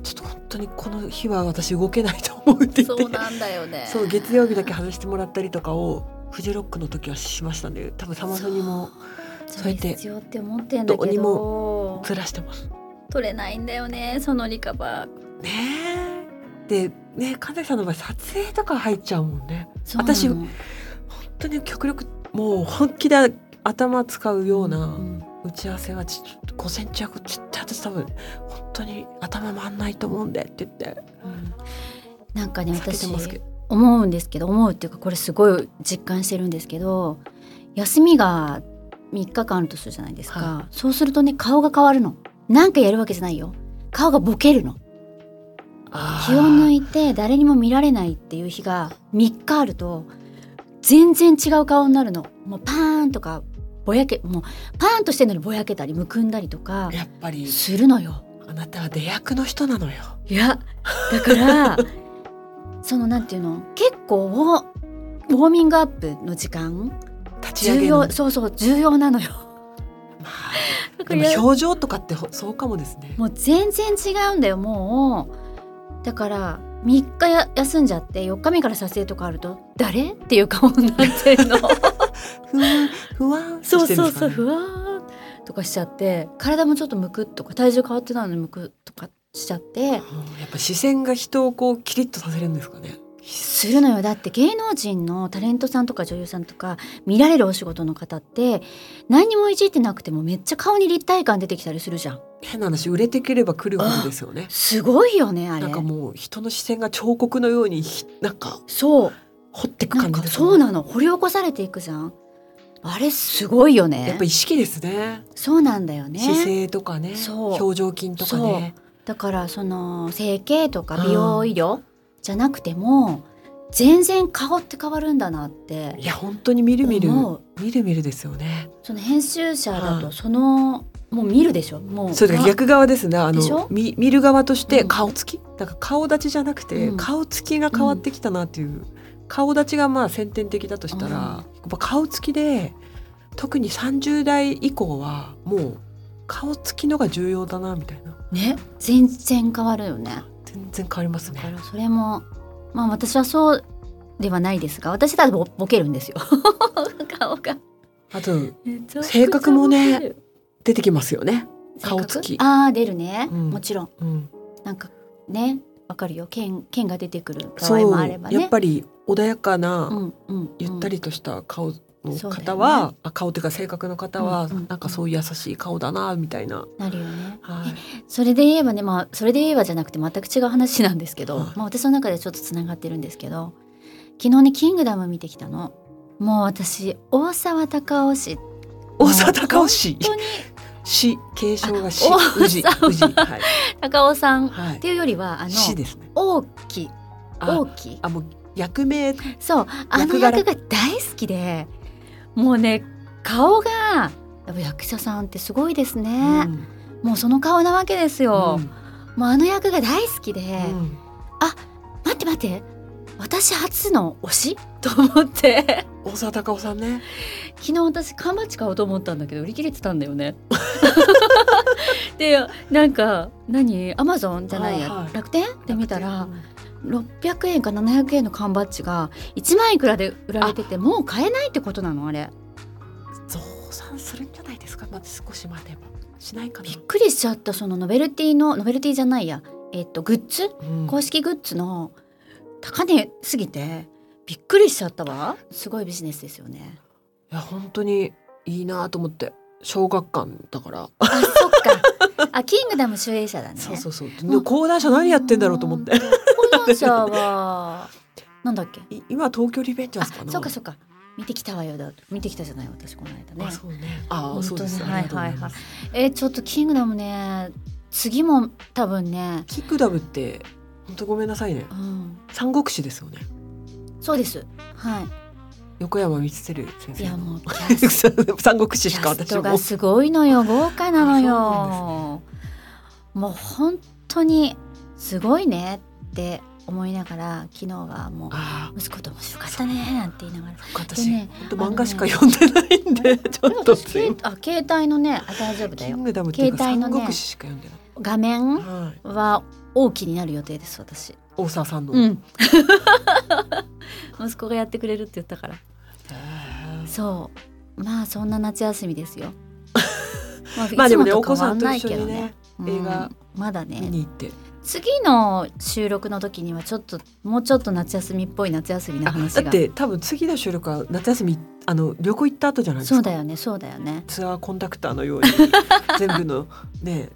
Speaker 3: ちょっと本当にこの日は私動けないと思うって言って
Speaker 2: そうなんだよね
Speaker 3: そう月曜日だけ外してもらったりとかをフジロックの時はしましたね多分サマソニも
Speaker 2: そう
Speaker 3: そうやって
Speaker 2: 必要って思ってんだけど
Speaker 3: どうにずらしてます
Speaker 2: 取れないんだよねそのリカバー
Speaker 3: ねえでね神崎さんの場合撮影とか入っちゃうもんね
Speaker 2: そうなの
Speaker 3: 私よ本当に極力もう本気で頭使うような
Speaker 2: うん
Speaker 3: 打ち合わせはちょっと午前中はちょっと私多分本当に頭回んないと思うんでって言って
Speaker 2: うんなんかね
Speaker 3: 避け
Speaker 2: 私
Speaker 3: てますけど
Speaker 2: 思うんですけど思うっていうかこれすごい実感してるんですけど休みが3日間あるとするじゃないですか、
Speaker 3: は
Speaker 2: そうするとね顔が変わるのなんかやるわけじゃないよ顔がボケるの気を抜
Speaker 3: い
Speaker 2: いて誰にも見られないっていう日が3日あると全然違う顔になるのもうパーンとかぼやけもうパーンとしてるのにぼやけたりむくんだりとか
Speaker 3: やっぱり
Speaker 2: するのよ。
Speaker 3: あなたは出役の人なのよ
Speaker 2: いやだから そのなんていうの結構ウォーウォーミングアップの時間
Speaker 3: 立ち上
Speaker 2: 重
Speaker 3: げの
Speaker 2: 要そうそう重要なのよ
Speaker 3: まあ
Speaker 2: だか
Speaker 3: で
Speaker 2: らや
Speaker 3: も表情とかってほそうかもですね
Speaker 2: もう全然違うんだよもうだから3日や休んじゃって4日目から撮影とかあると「誰?」っていう顔に なってるの
Speaker 3: ふわんふわん
Speaker 2: そう
Speaker 3: してるん
Speaker 2: そう
Speaker 3: ですか
Speaker 2: そう
Speaker 3: ね
Speaker 2: ふわーんとかしちゃって体もちょっとむくっとか体重変わってないのにむくっとかしちゃって
Speaker 3: うんやっぱ視線が人をこうキリッとさせるんですかね
Speaker 2: するのよだって芸能人のタレントさんとか女優さんとか見られるお仕事の方って何にもいじってなくてもめっちゃ顔に立体感出てきたりするじゃん
Speaker 3: 変な話売れてければ来るもんですよね
Speaker 2: すごいよねあれ
Speaker 3: なんかもう人の視線が彫刻のようにひなんか
Speaker 2: そう
Speaker 3: 掘ってく
Speaker 2: なん
Speaker 3: 感じ
Speaker 2: か
Speaker 3: です
Speaker 2: そうなの掘り起こされていくじゃんあれすごいよね
Speaker 3: やっぱ意識ですね
Speaker 2: そうなんだよね
Speaker 3: 姿勢とかね
Speaker 2: そう
Speaker 3: 表情筋とかね
Speaker 2: だからその整形とか美容医療じゃなくても全然顔って変わるんだなって
Speaker 3: いや本当にみるみる
Speaker 2: 思う
Speaker 3: みるみるですよね
Speaker 2: その編集者だ
Speaker 3: は
Speaker 2: と
Speaker 3: い
Speaker 2: その、もう見るでしょもう
Speaker 3: それが逆側ですねあ
Speaker 2: でしょ
Speaker 3: の見見る側として
Speaker 2: うん
Speaker 3: 顔つきなんか顔立ちじゃなくて
Speaker 2: うん
Speaker 3: 顔つきが変わってきたなっていう顔立ちがまあ先天的だとしたら
Speaker 2: うん
Speaker 3: やっぱ顔つきで特に30代以降はもう顔つきのが重要だなみたいな
Speaker 2: ね全然変わるよね
Speaker 3: 全然変わります
Speaker 2: だか
Speaker 3: ね
Speaker 2: らそれもまあ私はそうではないですが私だとボボケるんですよ顔が
Speaker 3: あと性格もね出てきますよね顔つき
Speaker 2: ああー出るね、
Speaker 3: うん
Speaker 2: もちろん
Speaker 3: うん
Speaker 2: なんかねわかるよ剣剣が出てくる場
Speaker 3: そ
Speaker 2: 合
Speaker 3: う
Speaker 2: もあればね
Speaker 3: やっぱり穏やかな、
Speaker 2: うんうん、
Speaker 3: ゆったりとした顔の
Speaker 2: そうだよね
Speaker 3: 方は、あ顔というか性格の方は、
Speaker 2: うんうん
Speaker 3: なんかそういう優しい顔だなみたいな、
Speaker 2: なるよね
Speaker 3: はい
Speaker 2: それで言えばねまあそれで言えばじゃなくて全く違う話なんですけど、
Speaker 3: はい
Speaker 2: まあ私の中でちょっとつながってるんですけど昨日ね「キングダム」見てきたのもう私大沢たかお氏
Speaker 3: 大沢たかお氏
Speaker 2: 本当に
Speaker 3: 氏継承が氏
Speaker 2: あ
Speaker 3: 宇治
Speaker 2: 大沢
Speaker 3: 宇治はい、
Speaker 2: 高尾さんっ
Speaker 3: はい
Speaker 2: て、いうよりはあの
Speaker 3: 氏ですね
Speaker 2: 大き
Speaker 3: あ
Speaker 2: 大き
Speaker 3: あもう役名
Speaker 2: そうあの
Speaker 3: 役柄
Speaker 2: 役が大好きでもうね顔がやっぱ役者さんってすごいですね、
Speaker 3: うん
Speaker 2: もうその顔なわけですよ、
Speaker 3: うん
Speaker 2: もうあの役が大好きで、
Speaker 3: うん
Speaker 2: 待って待って私初の推し と思って
Speaker 3: 大沢たかおさんね
Speaker 2: 昨日私缶バッジ買おうと思ったんだけど売り切れてたんだよ ね。でなんか何アマゾンじゃないや、
Speaker 3: はいはい
Speaker 2: 楽天で見たら
Speaker 3: うん
Speaker 2: 600円か700円の缶バッジが1万いくらで売られててもう買えないってことなのあれ
Speaker 3: 増産するんじゃないですかまず少し待てばしないかな
Speaker 2: びっくりしちゃったそのノベルティのノベルティじゃないや、えっとグッズ
Speaker 3: うん
Speaker 2: 公式グッズの高値すぎてびっくりしちゃったわすごいビジネスですよね。
Speaker 3: いや本当にいいなと思って小学館だから、
Speaker 2: あ、そっか。あ、キングダム主演者だね。
Speaker 3: そうそうそうで
Speaker 2: もう
Speaker 3: 講談社何やってんだろうと思って
Speaker 2: うん。講談社はなんだっけ。
Speaker 3: い今東京リベンジャ
Speaker 2: あ
Speaker 3: ーズか、な
Speaker 2: そうかそうか。見てきたわよだ。見てきたじゃない私この間ね
Speaker 3: あ。そうねあ
Speaker 2: 本当に
Speaker 3: そうです
Speaker 2: はい
Speaker 3: ありがとうございます
Speaker 2: えー、ちょっとキングダムね。次も多分ね。
Speaker 3: キックダムって本当ごめんなさいね
Speaker 2: うん。
Speaker 3: 三国志ですよね
Speaker 2: そうです。はい。
Speaker 3: 横山光輝先
Speaker 2: い
Speaker 3: 生
Speaker 2: や
Speaker 3: の
Speaker 2: も うキャス
Speaker 3: 三国
Speaker 2: キ
Speaker 3: 志しか
Speaker 2: ャス
Speaker 3: 私
Speaker 2: ト
Speaker 3: も
Speaker 2: がすごいのよ。豪華なの
Speaker 3: あ
Speaker 2: よ。もう本当にすごいねって思いながら昨日はもう
Speaker 3: あ
Speaker 2: 息子と面白かったねなんて言いながら
Speaker 3: あ私
Speaker 2: でね
Speaker 3: 本当漫画しか読んでないんでちょっと
Speaker 2: 私
Speaker 3: すい
Speaker 2: 携
Speaker 3: ま
Speaker 2: あ携帯のねあ大丈夫だ
Speaker 3: せんキ
Speaker 2: よ
Speaker 3: ングダムっていうか
Speaker 2: 携帯の
Speaker 3: 三
Speaker 2: ね
Speaker 3: 国志しか読んでない
Speaker 2: 画面
Speaker 3: はい
Speaker 2: は大きになる予定です私
Speaker 3: 大沢さんの
Speaker 2: う
Speaker 3: へ
Speaker 2: ん 息子がやってくれるって言ったから
Speaker 3: え
Speaker 2: そうまあそんな夏休みです よまあ
Speaker 3: まあでもね
Speaker 2: いつ
Speaker 3: お
Speaker 2: と
Speaker 3: 子
Speaker 2: 変わ
Speaker 3: さんと
Speaker 2: ない
Speaker 3: 一
Speaker 2: け
Speaker 3: 緒
Speaker 2: ど
Speaker 3: にね
Speaker 2: うん
Speaker 3: 映画
Speaker 2: まだ
Speaker 3: 見
Speaker 2: ね
Speaker 3: に行って
Speaker 2: 次の収録の時にはちょっともうちょっと夏休みっぽい夏休みの
Speaker 3: あ
Speaker 2: 話
Speaker 3: だ
Speaker 2: が
Speaker 3: って多分次の収録は夏休みあの旅行行った後じゃないですか
Speaker 2: そうだよねそうだよね
Speaker 3: ツアーコンダクターのように 全部のね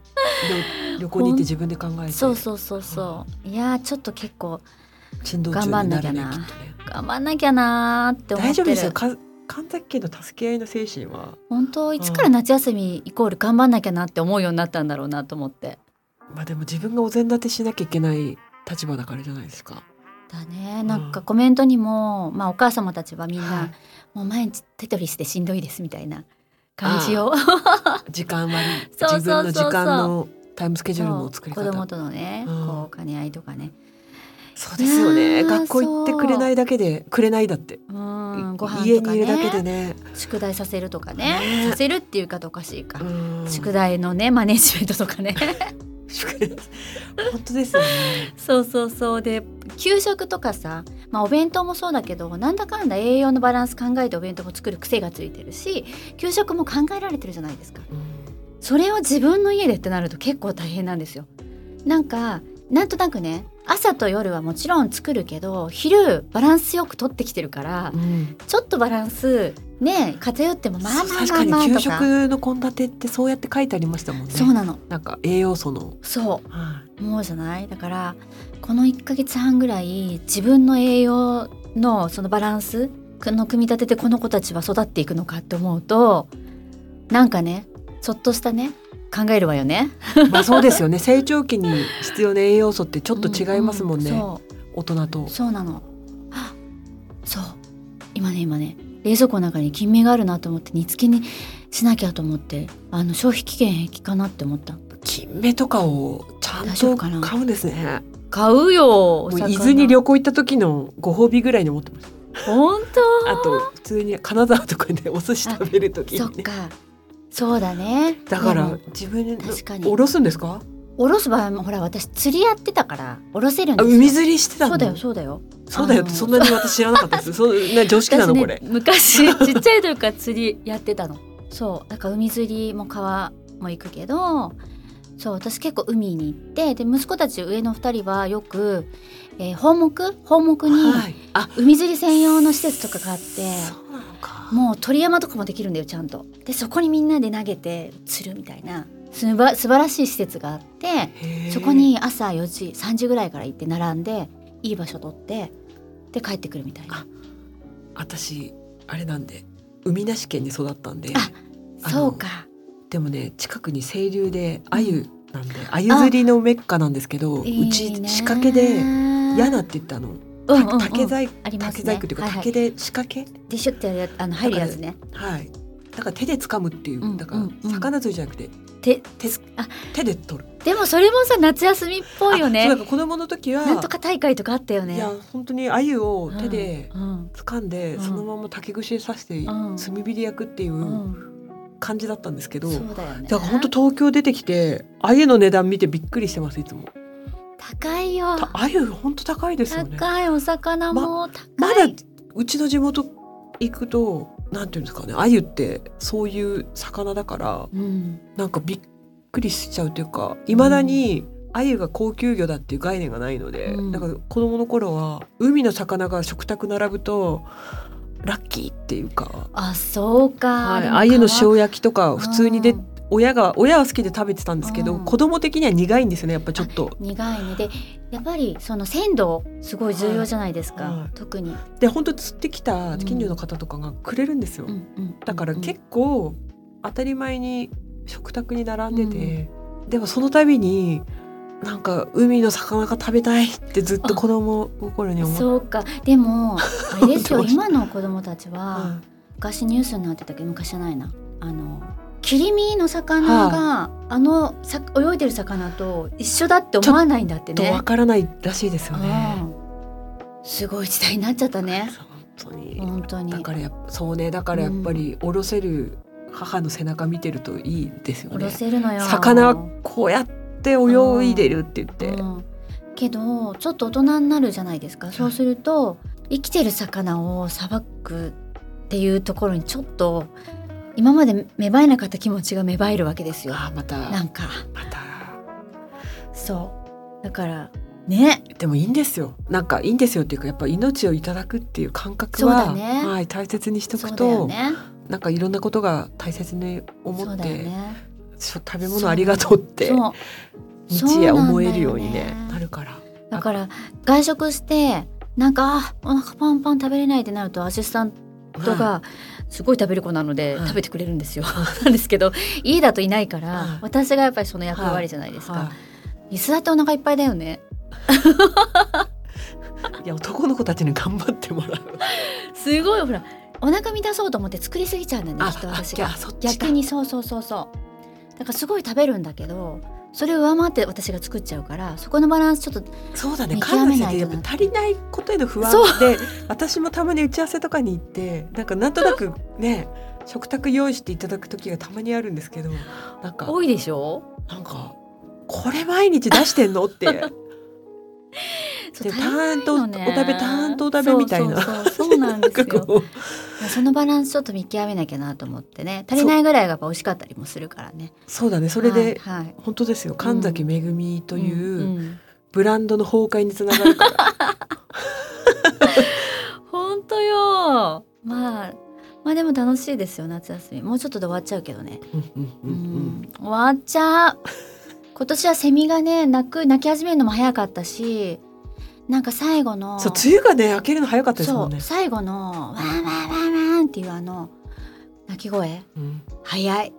Speaker 3: 旅旅行に行って自分で考えて
Speaker 2: そうそうそうそういやーちょっと結構
Speaker 3: 振動中になるね
Speaker 2: 頑張んなきゃな
Speaker 3: きっとね
Speaker 2: 頑張んなきゃなーって思ってる
Speaker 3: 大丈夫ですよか神崎家の助け合いの精神は
Speaker 2: 本当
Speaker 3: ん
Speaker 2: いつから夏休みイコール頑張んなきゃなって思うようになったんだろうなと思って。
Speaker 3: まあでも自分がお膳立てしなきゃいけない立場だからじゃないですか
Speaker 2: だねなんかコメントにも、まあ、お母様たちはみんな、
Speaker 3: はい
Speaker 2: もう毎日テトリスでしんどいですみたいな感じを
Speaker 3: 時間割り
Speaker 2: そうそう
Speaker 3: 自分の時間
Speaker 2: そ
Speaker 3: のタイムスケジュールの作り
Speaker 2: 子
Speaker 3: 方
Speaker 2: 供とのね、
Speaker 3: うん
Speaker 2: こう兼ね合いとかね
Speaker 3: そうですよ
Speaker 2: いや
Speaker 3: ね
Speaker 2: ー
Speaker 3: 学校行ってくれないだけでくれないだって、
Speaker 2: うん、ご飯
Speaker 3: 家
Speaker 2: と
Speaker 3: に
Speaker 2: か
Speaker 3: いるだけ
Speaker 2: ね
Speaker 3: でね
Speaker 2: 宿題させるとかね
Speaker 3: ね
Speaker 2: させるっていうかとおかしいか、
Speaker 3: うん
Speaker 2: 宿題のねマネジメントとかね
Speaker 3: 宿題本当ですよね
Speaker 2: そうそうそうで給食とかさ、まあ、お弁当もそうだけどなんだかんだ栄養のバランス考えてお弁当も作る癖がついてるし給食も考えられてるじゃないですかそれを自分の家でってなると結構大変なんですよなんかなんとなくね朝と夜はもちろん作るけど昼バランスよく取ってきてるから、
Speaker 3: うん
Speaker 2: ちょっとバランスね偏ってもまあまあ
Speaker 3: そう確
Speaker 2: まあ
Speaker 3: か
Speaker 2: まあ
Speaker 3: に
Speaker 2: と
Speaker 3: 給
Speaker 2: か
Speaker 3: 食の献立ってそうやって書いてありましたもんね
Speaker 2: そうなの
Speaker 3: なんか栄養素の、
Speaker 2: そう
Speaker 3: は
Speaker 2: 思うじゃないだからこの1ヶ月半ぐらい自分の栄養のそのバランスの組み立ててこの子たちは育っていくのかって思うとなんかねちょっとしたね考えるわよね。
Speaker 3: いまあそうですよね成長期に必要な栄養素ってちょっと違いますもんね、
Speaker 2: ううそ
Speaker 3: 大人と
Speaker 2: うそうなの。あそう今ね今ね冷蔵庫の中に金目があるなと思って煮付けにしなきゃと思ってあの消費期限平気かなって思った。
Speaker 3: 金目とかをちゃん
Speaker 2: 大丈
Speaker 3: と
Speaker 2: 夫かな
Speaker 3: 買うんですね
Speaker 2: 買うよお
Speaker 3: もう
Speaker 2: 魚
Speaker 3: 伊豆に旅行行った時のご褒美ぐらいに持ってました
Speaker 2: 本当
Speaker 3: あと普通に金沢とかでお寿司食べる時
Speaker 2: そっ
Speaker 3: にね
Speaker 2: かそうだね
Speaker 3: だか
Speaker 2: で
Speaker 3: ら
Speaker 2: も
Speaker 3: 自分
Speaker 2: 確かに
Speaker 3: でおろすんですか
Speaker 2: おろす場合もほら私釣りやってたからおろせるん
Speaker 3: あ
Speaker 2: ですよ
Speaker 3: 海釣りしてた
Speaker 2: そ
Speaker 3: の
Speaker 2: うだよそうだよ
Speaker 3: そうだ
Speaker 2: あ
Speaker 3: よ
Speaker 2: の
Speaker 3: そんなに私知らなかったですそうな常識なの、こ
Speaker 2: 私ね
Speaker 3: れ
Speaker 2: 昔 ちっちゃい時から釣りやってたのそうだから海釣りも川も行くけどそう私結構海に行ってで息子たち上の2人はよく、えー、放牧放牧に
Speaker 3: いあ
Speaker 2: 海釣り専用の施設とかがあって、
Speaker 3: そうなのか
Speaker 2: もう鳥山とかもできるんだよちゃんとでそこにみんなで投げて釣るみたいなすば素晴らしい施設があって
Speaker 3: へー
Speaker 2: そこに朝4時3時ぐらいから行って並んでいい場所取ってで帰ってくるみたいな
Speaker 3: 私あれなんで海なし県に育ったんで
Speaker 2: あ
Speaker 3: あの
Speaker 2: そうか
Speaker 3: でもね近くに清流で鮎なんで鮎釣りのメッカなんですけどう
Speaker 2: いいね
Speaker 3: ち仕掛けで嫌なって言ったあの、
Speaker 2: うんうんうん
Speaker 3: 竹細工
Speaker 2: ありますね
Speaker 3: 竹細工っていうか、
Speaker 2: はいはい
Speaker 3: 竹で仕掛け
Speaker 2: でしょってやるあの入るやつね
Speaker 3: はいだから手で掴むっていう、
Speaker 2: うん
Speaker 3: だから
Speaker 2: うんうん
Speaker 3: 魚釣りじゃなくて
Speaker 2: で
Speaker 3: 手
Speaker 2: あ
Speaker 3: 手で取る
Speaker 2: でもそれもさ夏休みっぽいよ
Speaker 3: あそう
Speaker 2: ね
Speaker 3: だから子供の時は
Speaker 2: なんとか大会とかあったよね
Speaker 3: いや本当に鮎を手で
Speaker 2: うん
Speaker 3: 掴んで、
Speaker 2: うん
Speaker 3: そのまま竹串刺して、
Speaker 2: うん
Speaker 3: 炭火で焼くっていううん感じだったんですけど、
Speaker 2: そうだよね
Speaker 3: だから本当東京出てきて鮎の値段見てびっくりしてますいつも。
Speaker 2: 高いよ
Speaker 3: た鮎本当高いですよね。
Speaker 2: 高いお魚も高い、
Speaker 3: まだうちの地元行くとなんていうんですかね鮎ってそういう魚だから
Speaker 2: うん、
Speaker 3: なんかびっくりしちゃうというかいまだに鮎が高級魚だっていう概念がないので、
Speaker 2: うん
Speaker 3: だから子供の頃は海の魚が食卓並ぶとラッキーっていうか。
Speaker 2: あそうか、
Speaker 3: はい、
Speaker 2: でも
Speaker 3: 鮎の
Speaker 2: かわ
Speaker 3: 塩焼きとか普通にで
Speaker 2: うん
Speaker 3: 親が親は好きで食べてたんですけど、
Speaker 2: うん
Speaker 3: 子供的には苦いんですねやっぱちょっと
Speaker 2: 苦いねでやっぱりその鮮度すごい重要じゃないですか、
Speaker 3: はいはい
Speaker 2: 特に、
Speaker 3: で本当釣ってきた近所の方とかがくれるんですよ、
Speaker 2: うんうん、
Speaker 3: だから
Speaker 2: 結
Speaker 3: 結構当たり前に食卓に並んでて、でもその度になんか海の魚が食べたいってずっと子供心に思って
Speaker 2: そうかでもあれですよ
Speaker 3: どうした
Speaker 2: 今の子供たちは昔ニュースになってたけど昔じゃないなあの切り身の魚が、あのさ泳いでる魚と一緒だって思わないんだって
Speaker 3: と
Speaker 2: ね
Speaker 3: わからないらしいですよ
Speaker 2: う
Speaker 3: ね。
Speaker 2: んすごい時代になっちゃったね
Speaker 3: 本当に
Speaker 2: 本当に
Speaker 3: だからやっぱそうねだからやっぱりおろせる母の背中見てるといいですよ
Speaker 2: おろ
Speaker 3: ね。
Speaker 2: せるのよ
Speaker 3: 魚はこうやって泳いでるって言って、
Speaker 2: うん、けどちょっと大人になるじゃないですかそうすると生きてる魚をさばくっていうところにちょっと今まで芽生えなかった気持ちが芽生えるわけですよ
Speaker 3: あーまた
Speaker 2: なんか
Speaker 3: また
Speaker 2: そうだからね
Speaker 3: でもいいんですよなんかいいんですよっていうかやっぱ命をいただくっていう感覚
Speaker 2: そ
Speaker 3: は、
Speaker 2: うだね
Speaker 3: はい、大切にしと
Speaker 2: そ
Speaker 3: く
Speaker 2: うだよ
Speaker 3: と、
Speaker 2: ね
Speaker 3: なんかいろんなことが大切に思
Speaker 2: そう
Speaker 3: っ
Speaker 2: だ
Speaker 3: て、
Speaker 2: よね
Speaker 3: そう食べ物ありがとうって
Speaker 2: そう
Speaker 3: 日夜思えるように
Speaker 2: そう
Speaker 3: ね
Speaker 2: なんだよね
Speaker 3: なるから
Speaker 2: だから外食してなんかあお腹パンパン食べれないってなるとアシスタント夫
Speaker 3: は
Speaker 2: がすごい食べる子なので
Speaker 3: はい
Speaker 2: 食べてくれるんですよ、 なんですけど家だといないから、
Speaker 3: はい
Speaker 2: 私がやっぱりその役
Speaker 3: は
Speaker 2: 割
Speaker 3: い
Speaker 2: じゃないですか、
Speaker 3: は
Speaker 2: 椅子だってお腹いっぱいだよね
Speaker 3: い、いや男の子たちに頑張ってもらう
Speaker 2: すごいほらお腹満たそうと思って作りすぎちゃうんだね
Speaker 3: あ
Speaker 2: きっと私
Speaker 3: あ
Speaker 2: が
Speaker 3: あそっちだ
Speaker 2: 逆にそうそうそうそうだからすごい食べるんだけどそれを上回って私が作っちゃうからそこのバランスちょっと
Speaker 3: そうだね
Speaker 2: 見極
Speaker 3: 神
Speaker 2: め
Speaker 3: 田
Speaker 2: ない
Speaker 3: 先生や
Speaker 2: と
Speaker 3: っ
Speaker 2: な
Speaker 3: ぱ足りないことへの不安
Speaker 2: そ
Speaker 3: で私もたまに打ち合わせとかに行ってなんかなんとなくね食卓用意していただく時がたまにあるんですけどなんか
Speaker 1: 多いでしょ
Speaker 3: なんかこれ毎日出してん のって
Speaker 2: そう
Speaker 3: で
Speaker 2: 足りないのね
Speaker 3: ターンとお食べターンとお食べみたいな
Speaker 2: そうそうそうそうなんです
Speaker 3: なんか
Speaker 2: よ
Speaker 3: こう
Speaker 2: そのバランスちょっと見極めなきゃなと思ってね足りないぐらいがやっぱ美味しかったりもするからね
Speaker 3: そうだねそれで
Speaker 2: はいはい
Speaker 3: 本当ですよ神崎めぐみと
Speaker 2: ん
Speaker 3: いう
Speaker 2: うん
Speaker 3: ブランドの崩壊につな がるから
Speaker 2: ほんとよまあまあでも楽しいですよ夏休みもうちょっとで終わっちゃうけどね、
Speaker 3: うんうん
Speaker 2: う
Speaker 3: うんうん
Speaker 2: ん、終わっちゃう 今年はセミがね鳴く鳴き始めるのも早かったしなんか最後の
Speaker 3: そう梅雨がね明けるの早かったです
Speaker 2: そ
Speaker 3: も
Speaker 2: うん
Speaker 3: ね
Speaker 2: 最後の「ワンワンワンワン」っていうあの鳴き声
Speaker 3: うん
Speaker 2: 早い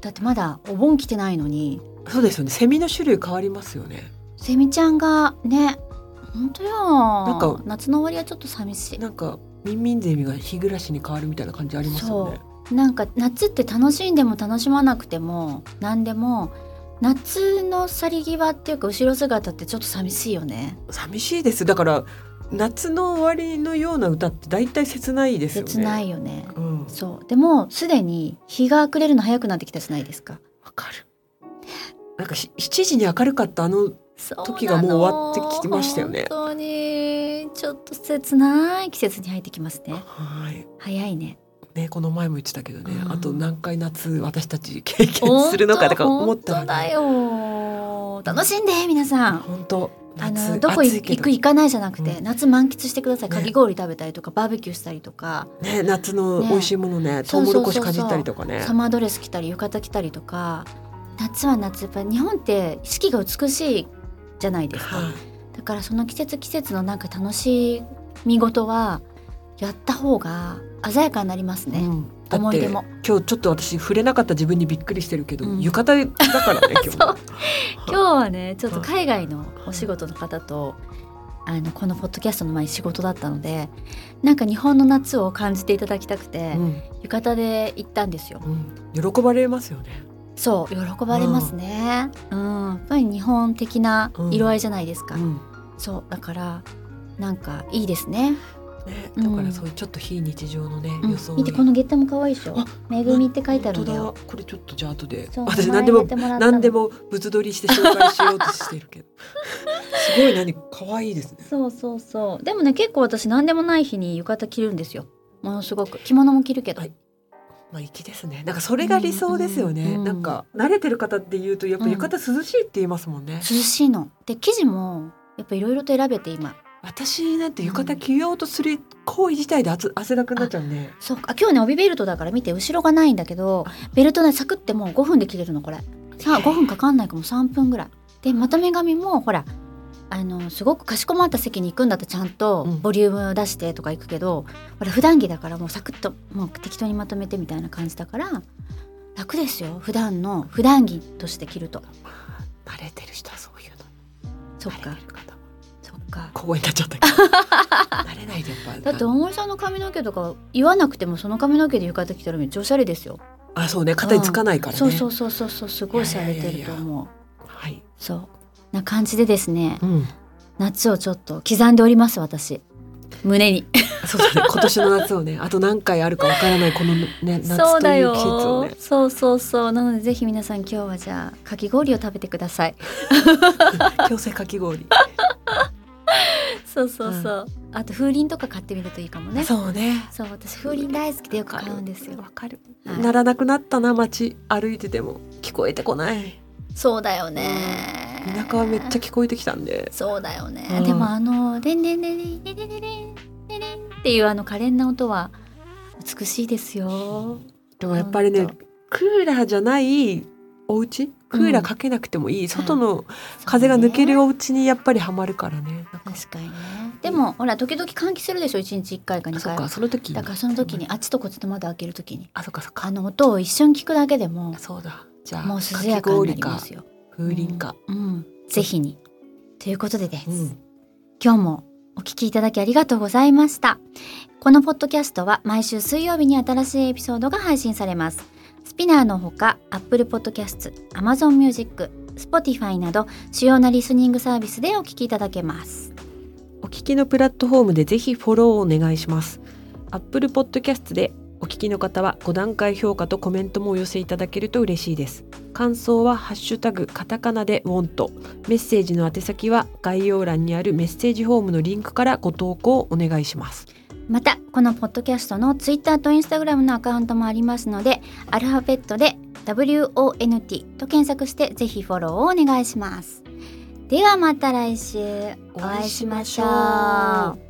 Speaker 2: だってまだお盆来てないのに
Speaker 3: そうですよねセミの種類変わりますよね
Speaker 2: セミちゃんがね本当よ
Speaker 3: んか
Speaker 2: 夏の終わりはちょっと寂し
Speaker 3: なんかミンミンゼミが日暮らしに変わるみたいな感じありますよね
Speaker 2: いなんか夏って楽しんでも楽しまなくても何でも夏の去り際っていうか後ろ姿ってちょっと寂しいよね
Speaker 3: 寂しいですだから夏の終わりのような歌って大体切ないですよね
Speaker 2: 切ないよね
Speaker 3: うんわ
Speaker 2: そうでもすでに日が暮れるの早くなってきたじゃないですか
Speaker 3: かるなんかし7時に明るかったあの時がもう終わってきてましたよね
Speaker 2: そうなの本当にちょっと切ない季節に入ってきますね
Speaker 3: はい
Speaker 2: 早いね
Speaker 3: ねこの前も言ってたけどね、
Speaker 2: うん
Speaker 3: あと何回夏私たち経験するのかとか思ったら、
Speaker 2: 本当だよ楽しんで皆さん
Speaker 3: 本当
Speaker 2: あ
Speaker 3: 夏
Speaker 2: のどこい
Speaker 3: 暑いけ
Speaker 2: 行
Speaker 3: ど
Speaker 2: く行かないじゃなくて、
Speaker 3: う
Speaker 2: 夏満喫してください
Speaker 3: ね
Speaker 2: かき氷食べたりとか、バーベキューしたりとか
Speaker 3: ね夏の美味しいものねト
Speaker 2: そう
Speaker 3: ウ
Speaker 2: そ
Speaker 3: モ
Speaker 2: うそう
Speaker 3: ロ
Speaker 2: そ
Speaker 3: コ
Speaker 2: う
Speaker 3: シかじったりとかね
Speaker 2: サマードレス着たり浴衣着たりとか夏は夏やっぱ日本って四季が美しいじゃないですか、
Speaker 3: はい
Speaker 2: だからその季節季節のなんか楽しみ事はやった方が鮮やかになりますね、
Speaker 3: うんだって
Speaker 2: 思い出も
Speaker 3: 今日ちょっと私触れなかった自分にびっくりしてるけど、
Speaker 2: うん
Speaker 3: 浴衣だ からね今日
Speaker 2: そう
Speaker 3: は
Speaker 2: 今日はねちょっと海外のお仕事の方とあのこのポッドキャストの前に仕事だったのでなんか日本の夏を感じていただきたくて、
Speaker 3: うん
Speaker 2: 浴衣で行ったんですよ
Speaker 3: うん、喜ばれますよね
Speaker 2: そう喜ばれますね、うん、やっぱり日本的な色合いじゃないですか、
Speaker 3: うん
Speaker 2: そうだからなんかいいですね、
Speaker 3: ね、
Speaker 2: うん
Speaker 3: だからそういうちょっと非日常のね、
Speaker 2: うん
Speaker 3: 予想
Speaker 2: 見てこのゲッタも可愛いでしょ
Speaker 3: あ
Speaker 2: 「めぐみ」って書いてあるんだよ
Speaker 3: 本当これちょっとじゃあ後で
Speaker 2: そう
Speaker 3: 私
Speaker 2: 名前
Speaker 3: 何で
Speaker 2: 入れ
Speaker 3: も
Speaker 2: てもらったの
Speaker 3: 何でも物撮りして紹介しようとしてるけど すごい何可愛いですね
Speaker 2: そうそうそうでもね結構私何でもない日に浴衣着るんですよものすごく着物も着るけど、
Speaker 3: はいまあ粋ですねなんかそれが理想ですよね、
Speaker 2: うんうん
Speaker 3: なんか慣れてる方って言うとやっぱ
Speaker 2: うん
Speaker 3: 浴衣涼しいって言いますもんね、
Speaker 2: 涼しいので生地もやっぱいろいろと選べて今
Speaker 3: 私なんて浴衣着ようとする行為自体で汗汗だくになっちゃうね
Speaker 2: そうかあ今日ね帯ベルトだから見て後ろがないんだけどベルトねサクってもう5分で切れるのこれさあ5分かかんないかも3分ぐらいでまとめ髪もほらあのすごくかしこまった席に行くんだとちゃんと
Speaker 3: うん
Speaker 2: ボリュームを出してとか行くけど、ほら普段着だからもうサクッともう適当にまとめてみたいな感じだから楽ですよ普段の普段着として着ると
Speaker 3: 慣れてる人はそういうの
Speaker 2: そっ
Speaker 3: 慣
Speaker 2: か
Speaker 3: れてる方は
Speaker 2: そっか
Speaker 3: 小声になっちゃ ったけど慣れないでやっぱ
Speaker 2: だって大森さんの髪の毛とか言わなくてもその髪の毛で浴衣着たらめっちゃおしゃれですよ
Speaker 3: あそうね肩につかないからね、
Speaker 2: そうそうそうそうそうすごい洒落て
Speaker 3: い
Speaker 2: る
Speaker 3: やいやい
Speaker 2: と
Speaker 3: やいや
Speaker 2: 思う
Speaker 3: はい、
Speaker 2: そうな感じでですね
Speaker 3: うん、
Speaker 2: 夏をちょっと刻んでおります私胸に
Speaker 3: そうだね今年の夏をねあと何回あるかわからないこのね夏という季節をね
Speaker 2: そうそうそうなのでぜひ皆さん今日はじゃあかき氷を食べてください
Speaker 3: 強制かき氷、
Speaker 2: そうそうそう、あと風鈴とか買ってみるといいかもねそう
Speaker 3: そうね
Speaker 2: 私風鈴大好きでよく買うんですよ
Speaker 3: わかる、
Speaker 2: はい
Speaker 3: ならなくなったな街歩いてても聞こえてこない
Speaker 2: そうだよね
Speaker 3: 田舎はめっちゃ聞こえてきたんで
Speaker 2: そうだよね、
Speaker 3: うん
Speaker 2: でもあの「でんでんでんでんでんでんでんでんでん」っていうあの可憐な音は美しいですよ
Speaker 3: でもやっぱりね
Speaker 2: ほん
Speaker 3: クーラーじゃないお家クーラーかけなくてもいい、外の風が抜けるお家にやっぱりはまるからねなんか
Speaker 2: 確かにねでもほら時々換気するでしょ一日一回か
Speaker 3: あ
Speaker 2: 二
Speaker 3: そっ
Speaker 2: 回
Speaker 3: かその時に
Speaker 2: だからその時にあっちとこっちと窓開ける時に
Speaker 3: あそっかそっか
Speaker 2: あの音を一瞬聞くだけでも
Speaker 3: そうだじゃあ
Speaker 2: もう
Speaker 3: か
Speaker 2: 涼
Speaker 3: き
Speaker 2: やかにな
Speaker 3: 氷
Speaker 2: りま
Speaker 3: か
Speaker 2: すよ、
Speaker 3: 風鈴か、
Speaker 2: うん、ぜひにということでです、
Speaker 3: うん
Speaker 2: 今日もお聞きいただきありがとうございましたこのポッドキャストは毎週水曜日に新しいエピソードが配信されますスピナーのほか Apple Podcast、Amazon Music、 Spotify など主要なリスニングサービスでお聞きいただけます
Speaker 3: お聞きのプラットフォームでぜひフォローをお願いします。Apple Podcast でお聞きの方は5段階評価とコメントもお寄せいただけると嬉しいです。感想はハッシュタグカタカナで want メッセージの宛先は概要欄にあるメッセージフォームのリンクからご投稿をお願いします。
Speaker 2: またこのポッドキャストの Twitter と Instagram のアカウントもありますのでアルファベットで WONT と検索してぜひフォローをお願いしますではまた来週お会いしましょう